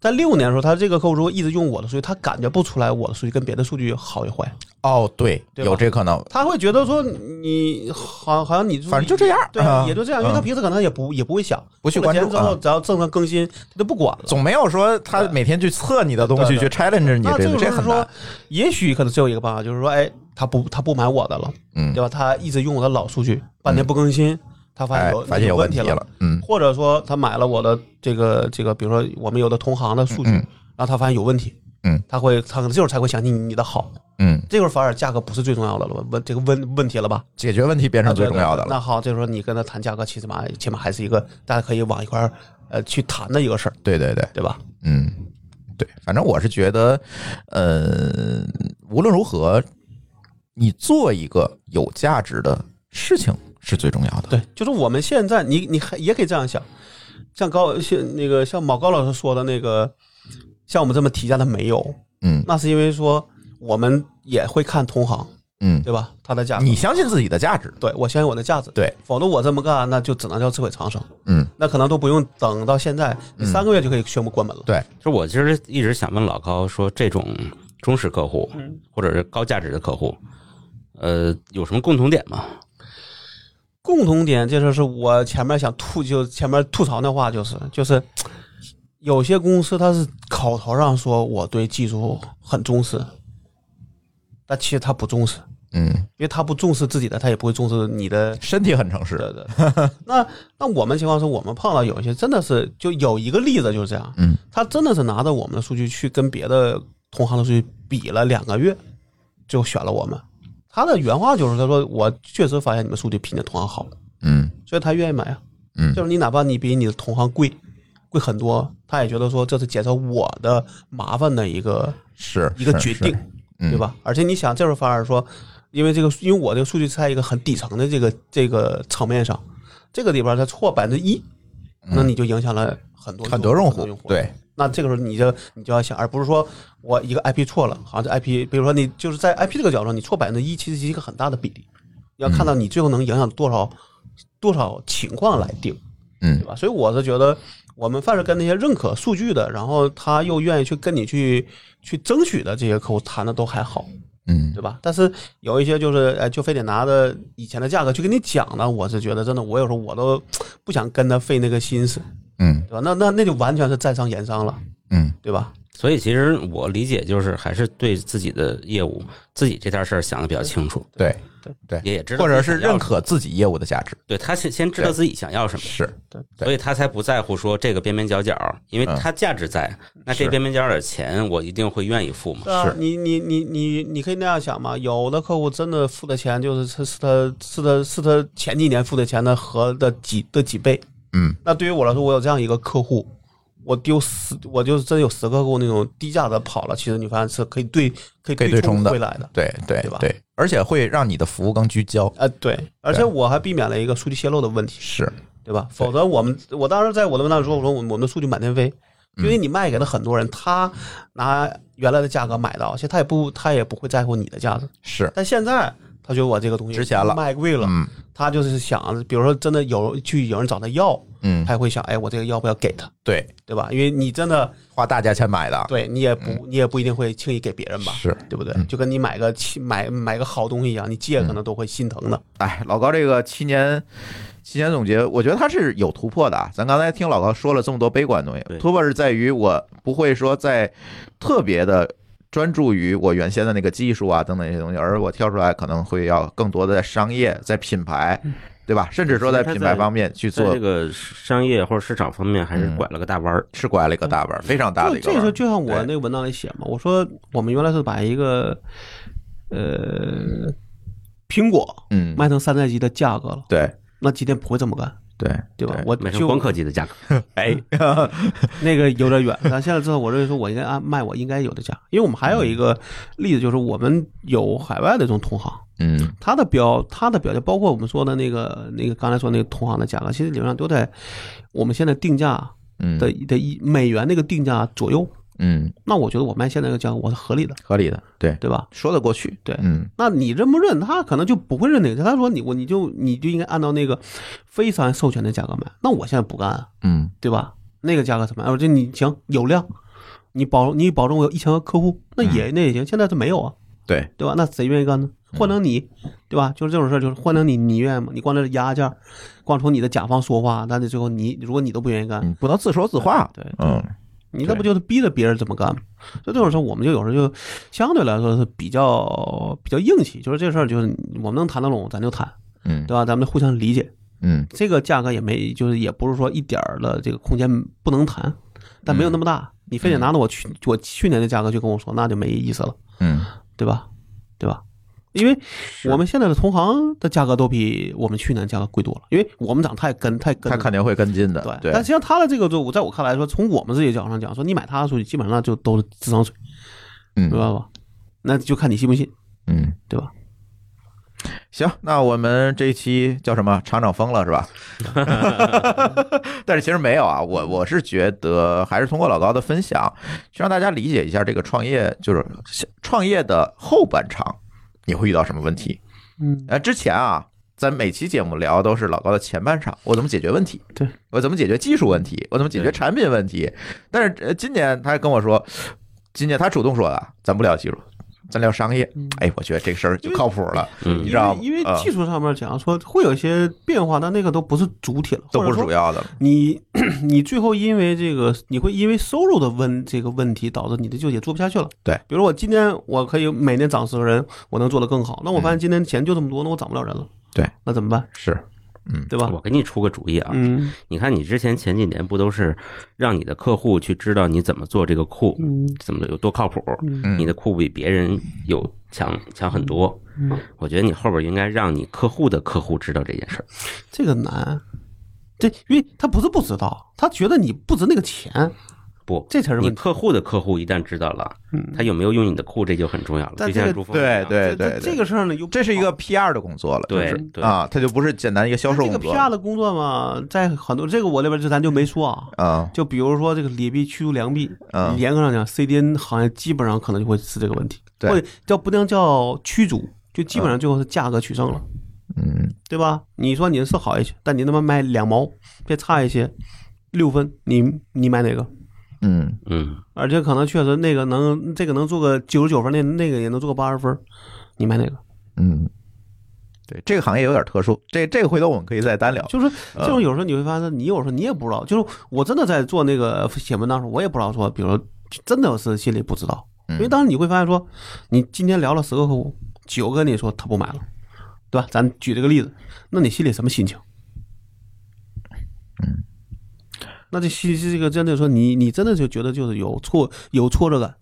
在六年的时候，他这个客户如果一直用我的数据，他感觉不出来我的数据跟别的数据好与坏，哦对，对吧有这可能，他会觉得说你好好像你反正就这样对啊，啊也就这样，因为他平时可能也不也不会想，不去关注付了钱之后啊只要正常更新，他就不管了。总没有说他每天去测你的东西，对对去 challenge 你那，这这个时候是很说难，，也许可能只有一个办法，就是说，哎，他不他不买我的了，嗯对吧？他一直用我的老数据，半年不更新，他发现哎有，发现有问问题了了，，嗯或者说他买了我的这个这个，比如说我们有的同行的数据，嗯嗯然后他发现有问题，嗯，他会他可能这会儿才会想起你的好，嗯，这会儿反而价格不是最重要的了，问这个问问题了吧？解决问题变成最重要的那了，好，这时候你跟他谈价格，其实嘛，起码还是一个大家可以往一块儿呃去谈的一个事儿，对对对。对吧？嗯，对，反正我是觉得，呃，无论如何，你做一个有价值的事情是最重要的。对，就是我们现在，你你还也可以这样想，像高像那个像毛高老师说的那个，像我们这么提价的没有，嗯那是因为说我们也会看同行，嗯，对吧？他的价格，你相信自己的价值，对我相信我的价值，对，否则我这么干，那就只能叫自毁长生，嗯，那可能都不用等到现在，你三个月就可以宣布关门了。对就我其实一直想问老高说，这种忠实客户嗯或者是高价值的客户，呃，有什么共同点吗？共同点，这就是我前面想吐，就前面吐槽那话，就是就是，有些公司它是口头上说我对技术很重视，但其实他不重视，嗯，因为他不重视自己的，他也不会重视你的。身体很诚实，的的。那那我们情况是我们碰到有一些真的是，就有一个例子就是这样，嗯，他真的是拿着我们的数据去跟别的同行的数据比了两个月，最后选了我们。他的原话就是他说我确实发现你们数据比你的同行好，嗯所以他愿意买啊。嗯就是你哪怕你比你的同行贵，贵很多，他也觉得说这是减少我的麻烦的一个是一个决，定是，嗯对吧？而且你想，这时候反而说，因为这个，因为我这个数据在一个很底层的这个这个层面上，这个里边儿它错百分之一，那你就影响了很多嗯是很多用户户，，，对，那这个时候你就你就要想，而不是说我一个 IP 错了，好像这 IP，比如说你就是在 IP 这个角度，你错百分之一，其实是一个很大的比例，要嗯看到你最后能影响多少、多少情况来定，嗯对吧？所以我是觉得，我们凡是跟那些认可数据的，然后他又愿意去跟你去去争取的这些客户谈的都还好，嗯对吧？但是有一些就是，哎，就非得拿着以前的价格去跟你讲呢，我是觉得真的，我有时候我都不想跟他费那个心思，嗯对吧？那那那就完全是在商言商了，嗯，对吧？所以其实我理解就是，还是对自己的业务、自己这件事儿想的比较清楚，对，也也知道或自己者想是要认什么，可自己业务的价值，对他先先知道自己想要什么，是，对所以他才不在乎说这个边边角角，因为嗯他价值在，那这是边边角角的钱我一定会愿意付嘛。对啊是，你你你你你可以那样想嘛，有的客户真的付的钱就是是是他是他是他前几年付的钱的和的几的几倍，嗯那对于我来说，我有这样一个客户，我丢十，我就真有十个过那种低价的跑了，其实你发现是可以对可以可以对冲的回来的。对对对吧对，而且会让你的服务更聚焦。呃，对，而且我还避免了一个数据泄露的问题，是，对吧？否则我们我当时在我的文档里说，我说我们我们的数据满天飞，因嗯为你卖给了很多人，他拿原来的价格买到，其实他也不他也不会在乎你的价值，是，但现在他觉得我这个东西值钱了卖贵了，嗯他就是想，比如说真的有去有人找他要，嗯，他也会想，哎，我这个要不要给他，对，对吧？因为你真的花大价钱买的，对你也不你也不一定会轻易给别人吧，是，对不对？就跟你买个七买买个好东西一样，你借可能都会心疼的。哎，老高这个七年七年总结，我觉得他是有突破的啊。咱刚才听老高说了这么多悲观的东西，对突破是在于我不会说在特别的。专注于我原先的那个技术啊等等这些东西，而我跳出来可能会要更多的在商业、在品牌，对吧？甚至说在其实他品牌在方面去在做这个商业或者市场方面还是拐了个大弯儿。是拐了一个大弯儿，非常大的一个这弯这儿。就就像我对那个文章里写嘛，我说我们原来是把一个呃苹果嗯，卖成山寨机的价格了，对那今天不会这么干，对对吧？我买就成光刻机的价格，哎， 那个有点远，但现在之后，我认为说我应该按卖我应该有的价，因为我们还有一个例子，就是我们有海外的这种同行，嗯，它的标，它的标价，包括我们说的那个那个刚才说那个同行的价格，其实理论上都在我们现在定价嗯的的一美元那个定价左右。嗯，那我觉得我卖现在这个价格我是合理的，合理的，对，对吧？说得过去，对嗯那你认不认？他可能就不会认那个价，他说你我你就你就应该按照那个非商业授权的价格买。那我现在不干啊，嗯对吧？那个价格怎么样？我这你行有量，你保你保证我有一千个客户，那嗯也那也行。现在是没有啊，对对吧？那谁愿意干呢？换成你，对吧？就是这种事儿，就是换成你，你愿意吗？你光在这压价，光从你的甲方说话，那你最后你如果你都不愿意干，你嗯不能自说自话，对嗯你那不就是逼着别人怎么干吗？所以这种事儿，我们就有时候就相对来说是比较比较硬气，就是这事儿就是我们能谈得拢，咱就谈，嗯对吧？咱们互相理解，嗯这个价格也没，就是也不是说一点儿的这个空间不能谈，但没有那么嗯大。你非得拿着我去我去年的价格去跟我说，那就没意思了，嗯，对吧？对吧？因为我们现在的同行的价格都比我们去年价格贵多了，因为我们涨太跟太跟他了，肯定会跟进的，对。对但实际上他的这个，就我在我看来说，从我们自己角度上讲，说你买他的数据，基本上就都是智商税，嗯明白吧？那就看你信不信，嗯，对吧？行，那我们这一期叫什么？厂长疯了是 吧？但是其实没有啊，我我是觉得还是通过老高的分享，去让大家理解一下这个创业，就是创业的后半场你会遇到什么问题。嗯，呃，之前啊，咱每期节目聊都是老高的前半场，我怎么解决问题，对我怎么解决技术问题，我怎么解决对产品问题。但是呃今年他跟我说，今年他主动说的，咱不聊技术，咱聊商业。哎，我觉得这个事儿就靠谱了，嗯你因知道为吗？因为嗯技术上面讲说会有一些变化，但那个都不是主体了，都不或者是说主要的，你 你最后因为这个，你会因为收入的问这个问题，导致你的就也做不下去了。对比如说我今天我可以每年涨十个人，我能做得更好。那我发现今天钱就这么多，那我涨不了人了。嗯对，那怎么办？是对吧我？给你出个主意啊，嗯你看你之前前几年不都是让你的客户去知道你怎么做这个库，嗯怎么有多靠谱，嗯你的库比别人有强强很多。嗯，我觉得你后边应该让你客户的客户知道这件事儿。这个难。这因为他不是不知道，他觉得你不值那个钱，不，这才是你问题。客户的客户一旦知道了，他有没有用你的库，这就很重要了。但就这个像朱峰一对样，对这对，这这个事儿呢，又不这是一个好 PR 的工作了，对就是对啊，它就不是简单一个销售这个工作 PR 的工作嘛，在很多这个我这边就咱就没说啊，啊，就比如说这个劣币驱逐良币，嗯严格上讲，CDN 行业基本上可能就会是这个问题，对或者叫不能叫驱逐，就基本上最后是价格取胜了，嗯对吧？你说您是好一些，但您他妈卖两毛，别差一些，六分，你你买哪个？嗯嗯，而且可能确实那个能这个能做个九十九分，那那个也能做个八十分，你买哪个？嗯，对，这个行业有点特殊，这这个回头我们可以再单聊。就是这种有时候你会发现，你有时候你也不知道，就是我真的在做那个写文章的时候，我也不知道说，比如说真的是心里不知道，因为当时你会发现说，你今天聊了十个客户，九个跟你说他不买了，对吧？咱举这个例子，那你心里什么心情？那这心这个真的说你你真的就觉得就是有挫有挫折感，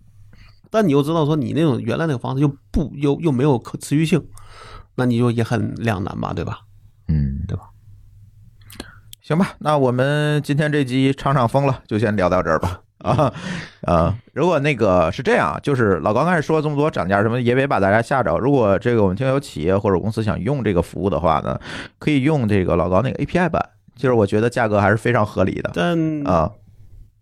但你又知道说你那种原来那个方式又不又又没有可持续性，那你就也很两难吧，对吧？嗯，对吧？行吧，那我们今天这集场场疯了，就先聊到这儿吧。啊啊！如果那个是这样，就是老高刚才说了这么多涨价什么，也别把大家吓着。如果这个我们听友企业或者公司想用这个服务的话呢，可以用这个老高那个 API 版，就是我觉得价格还是非常合理的但啊。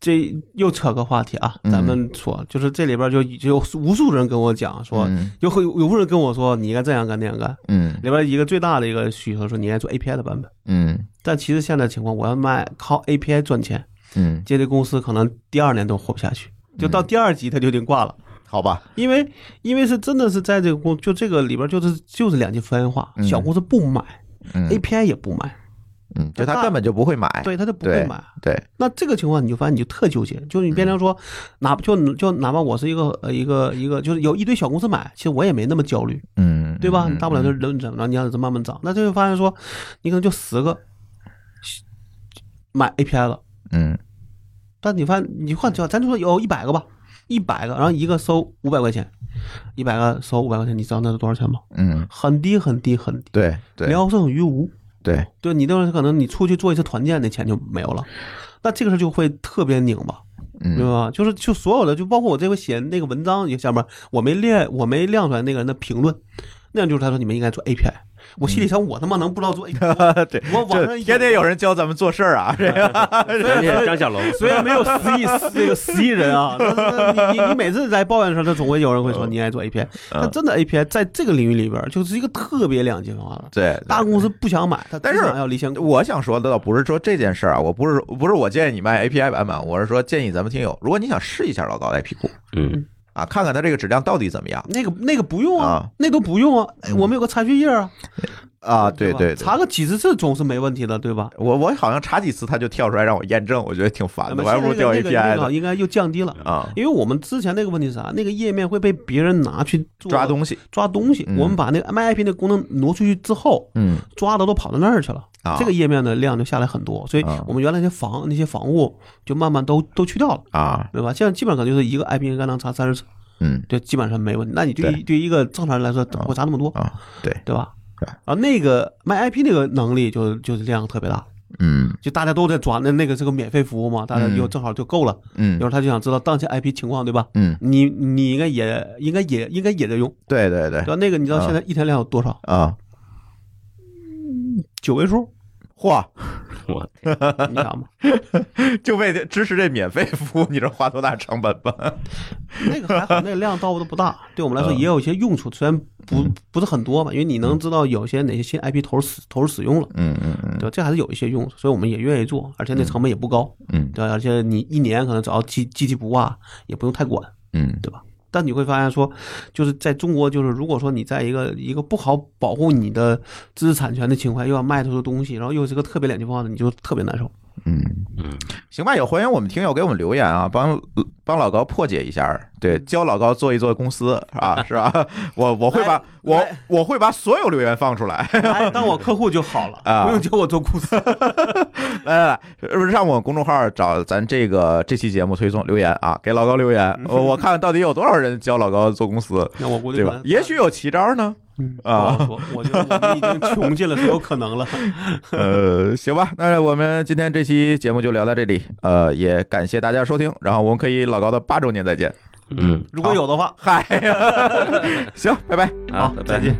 这又扯个话题啊，嗯咱们说、就是这里边就就有无数人跟我讲说，嗯有很有无数人跟我说你应该这样干那样干，嗯里边一个最大的一个需求是你应该做 API 的版本，嗯但其实现在情况，我要卖靠 API 赚钱，嗯，这类公司可能第二年都活不下去，就到第二级它就已经挂了。好吧，因为，因为是真的是在这个公，就这个里边就是就是两极分化，嗯小公司不买、嗯 a p i 也不买，嗯，就他根本就不会买，对，他就不会买。对，那这个情况你就发现你就特纠结，嗯就是你变成说，哪怕就就哪怕我是一个呃一个一个，就是有一堆小公司买，其实我也没那么焦虑，嗯，对吧？嗯你大不了就人怎么着，你让它慢慢涨，那就会发现说，你可能就十个买 API 了，嗯但你发现你换就咱就说有一百个吧，一百个，然后一个收五百块钱，一百个收五百块钱，你知道那是多少钱吗？嗯，很低很低很低，对对聊胜于无。对，对你那可能你出去做一次团建，那钱就没有了，那这个事就会特别拧巴。明嗯白吗？就是就所有的，就包括我这回写那个文章也下面，我没列，我没亮出来那个人的评论，那样就是他说你们应该做 API。我心里想，我他妈能不知道 做 API？ 对，我网上这嗯天天有人教咱们做事儿 啊，这 个感谢嗯张小龙，虽然没有十亿那个十亿人啊，但是那你你你每次在抱怨的时候，他总会有人会嗯说你应该做 API。但真的 API 在这个领域里边，就是一个特别两极分化的。对，大公司不想买，他但是想要离线。 我想说的倒不是说这件事儿啊，我不是不是我建议你卖 API 版本，我是说建议咱们听友，如果你想试一下老高的 IP 库嗯，啊，看看它这个质量到底怎么样那个那个不用啊嗯啊，那都不用啊，哎我们有个查询页啊，啊？对吧对对，查个几十次总是没问题的，对吧？我我好像查几次它就跳出来让我验证，我觉得挺烦的，我还啊不如调那么现在 API 那个的应该又降低了。啊，因为我们之前那个问题是啥？那个页面会被别人拿去做抓东西，抓东西。嗯我们把那个卖 IP 那功能挪出去之后，嗯抓的都跑到那儿去了，啊，这个页面的量就下来很多。所以啊我们原来那些房那些房务就慢慢都都去掉了，啊，对吧？现在基本上就是一个 IP 应该能查三十次，嗯就基本上没问题。那你对于对对于一个正常人来说，怎么会查那么多，啊，对，对吧对？然后那个卖 IP 那个能力就就是量特别大，嗯就大家都在抓，那那个是个免费服务嘛，大家就嗯正好就够了。有时嗯候他就想知道当前 IP 情况，对吧？嗯，你你应该也应该也应该也在用，对对对对吧？那个你知道现在一天量有多少？啊，九位数，嚯，我啊你 想嘛，就为这支持这免费服务，你这花多大成本吧？那个还好，那个量倒都不大，对我们来说嗯也有一些用处，虽然不不是很多吧，因为你能知道有些哪些新 IP 投入使投入使用了。嗯嗯嗯对吧，这还是有一些用处，所以我们也愿意做，而且那成本也不高，嗯对吧？而且你一年可能只要积积极不挂，也不用太管，嗯对吧？但你会发现说，就是在中国，就是如果说你在一个一个不好保护你的知识产权的情况，又要卖出的东西，然后又是个特别两极分化的，你就特别难受。嗯。嗯，行吧，也欢迎我们听友给我们留言啊，帮帮老高破解一下儿，对，教老高做一做公司啊，是吧？ 我我会把来我来我会把所有留言放出来， 哎，当我客户就好啊了，不用教我做公司。来来来，是不是上我们公众号找咱这个这期节目推送留言啊，给老高留言，我我看到底有多少人教老高做公司， 那我估计对可吧能？也许有奇招呢，嗯啊不好说， 我就我们已经穷尽了所有可能了。呃，行吧，那我们今天这期节目就聊到这里，呃，也感谢大家收听，然后我们可以老高的八周年再见，嗯，如果有的话，嗨，行，拜拜。好，拜再拜见。